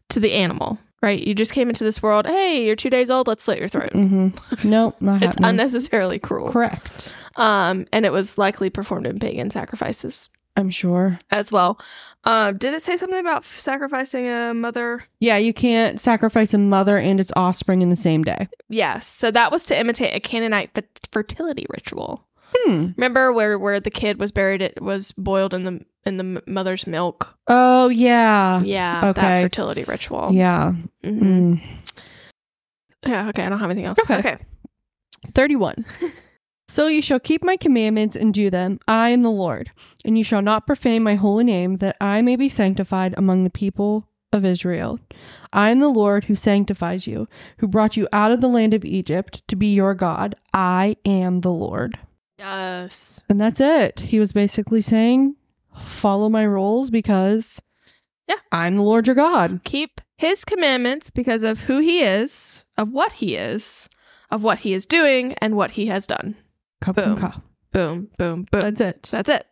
Speaker 1: to the animal. Right? You just came into this world. Hey, you're two days old. Let's slit your throat.
Speaker 2: Mm-hmm. Nope, not
Speaker 1: It's
Speaker 2: happening.
Speaker 1: unnecessarily cruel.
Speaker 2: Correct.
Speaker 1: Um, and it was likely performed in pagan sacrifices
Speaker 2: I'm sure.
Speaker 1: as well. Um, did it say something about sacrificing a mother
Speaker 2: Yeah, you can't sacrifice a mother and its offspring in the same day.
Speaker 1: Yes. So that was to imitate a Canaanite f- fertility ritual.
Speaker 2: Hmm.
Speaker 1: Remember where where the kid was buried? It was boiled in the in the m- mother's milk.
Speaker 2: Oh yeah.
Speaker 1: Yeah. That
Speaker 2: okay.
Speaker 1: fertility ritual.
Speaker 2: Yeah.
Speaker 1: Mhm.
Speaker 2: Mm.
Speaker 1: Yeah. Okay. I don't have anything else.
Speaker 2: Okay. 31. so you shall keep my commandments and do them. I am the Lord. And you shall not profane my holy name, that I may be sanctified among the people of Israel. I am the Lord who sanctifies you, who brought you out of the land of Egypt to be your God. I am the Lord.
Speaker 1: Yes.
Speaker 2: And that's it. He was basically saying, follow my rules because
Speaker 1: Yeah.
Speaker 2: I'm the Lord your God.
Speaker 1: Keep his commandments because of who he is, of what he is, of what he is doing, and what he has done.
Speaker 2: Cup
Speaker 1: Boom.
Speaker 2: and cup.
Speaker 1: Boom. Boom. Boom.
Speaker 2: That's it.
Speaker 1: That's it.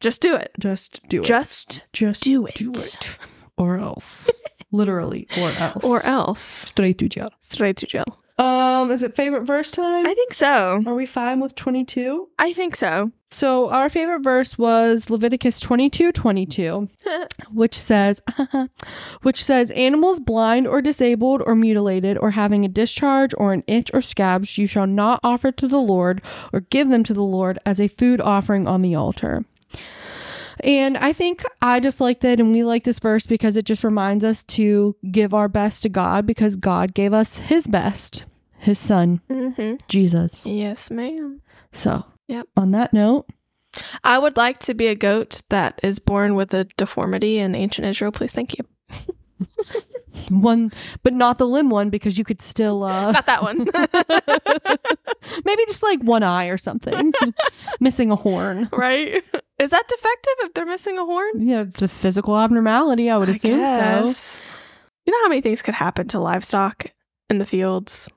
Speaker 1: Just do it.
Speaker 2: Just do it.
Speaker 1: Just
Speaker 2: Just
Speaker 1: do it.
Speaker 2: do it or else literally or else
Speaker 1: Or else.
Speaker 2: straight to jail
Speaker 1: Straight to jail.
Speaker 2: um is it favorite verse time
Speaker 1: I think so.
Speaker 2: are we fine with 22
Speaker 1: I think so.
Speaker 2: so our favorite verse was leviticus 22 22 which says which says animals blind or disabled or mutilated or having a discharge or an itch or scabs you shall not offer to the lord or give them to the lord as a food offering on the altar and I think I just like that, and we like this verse because it just reminds us to give our best to God because God gave us His best, His Son,
Speaker 1: Mm-hmm.
Speaker 2: Jesus.
Speaker 1: Yes, ma'am.
Speaker 2: So,
Speaker 1: Yep.
Speaker 2: on that note,
Speaker 1: I would like to be a goat that is born with a deformity in ancient Israel. Please, thank you.
Speaker 2: one, but not the limb one because you could still. Uh,
Speaker 1: Not that one.
Speaker 2: Maybe just like one eye or something, missing a horn.
Speaker 1: right? Is that defective if they're missing a horn?
Speaker 2: Yeah, it's a physical abnormality. I would assume so.
Speaker 1: guess. You know how many things could happen to livestock in the fields?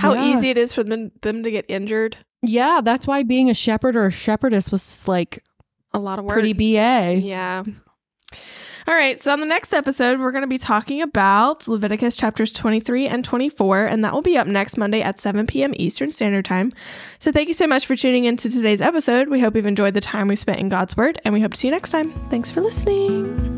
Speaker 1: How
Speaker 2: Yeah.
Speaker 1: easy it is for them, them to get injured?
Speaker 2: Yeah, that's why being a shepherd or a shepherdess was like
Speaker 1: A lot of work.
Speaker 2: pretty ba.
Speaker 1: Yeah. All right. So on the next episode, we're going to be talking about Leviticus chapters 23 and 24, and that will be up next Monday at 7 p.m. Eastern Standard Time. So thank you so much for tuning in to today's episode. We hope you've enjoyed the time we spent in God's Word, and we hope to see you next time. Thanks for listening.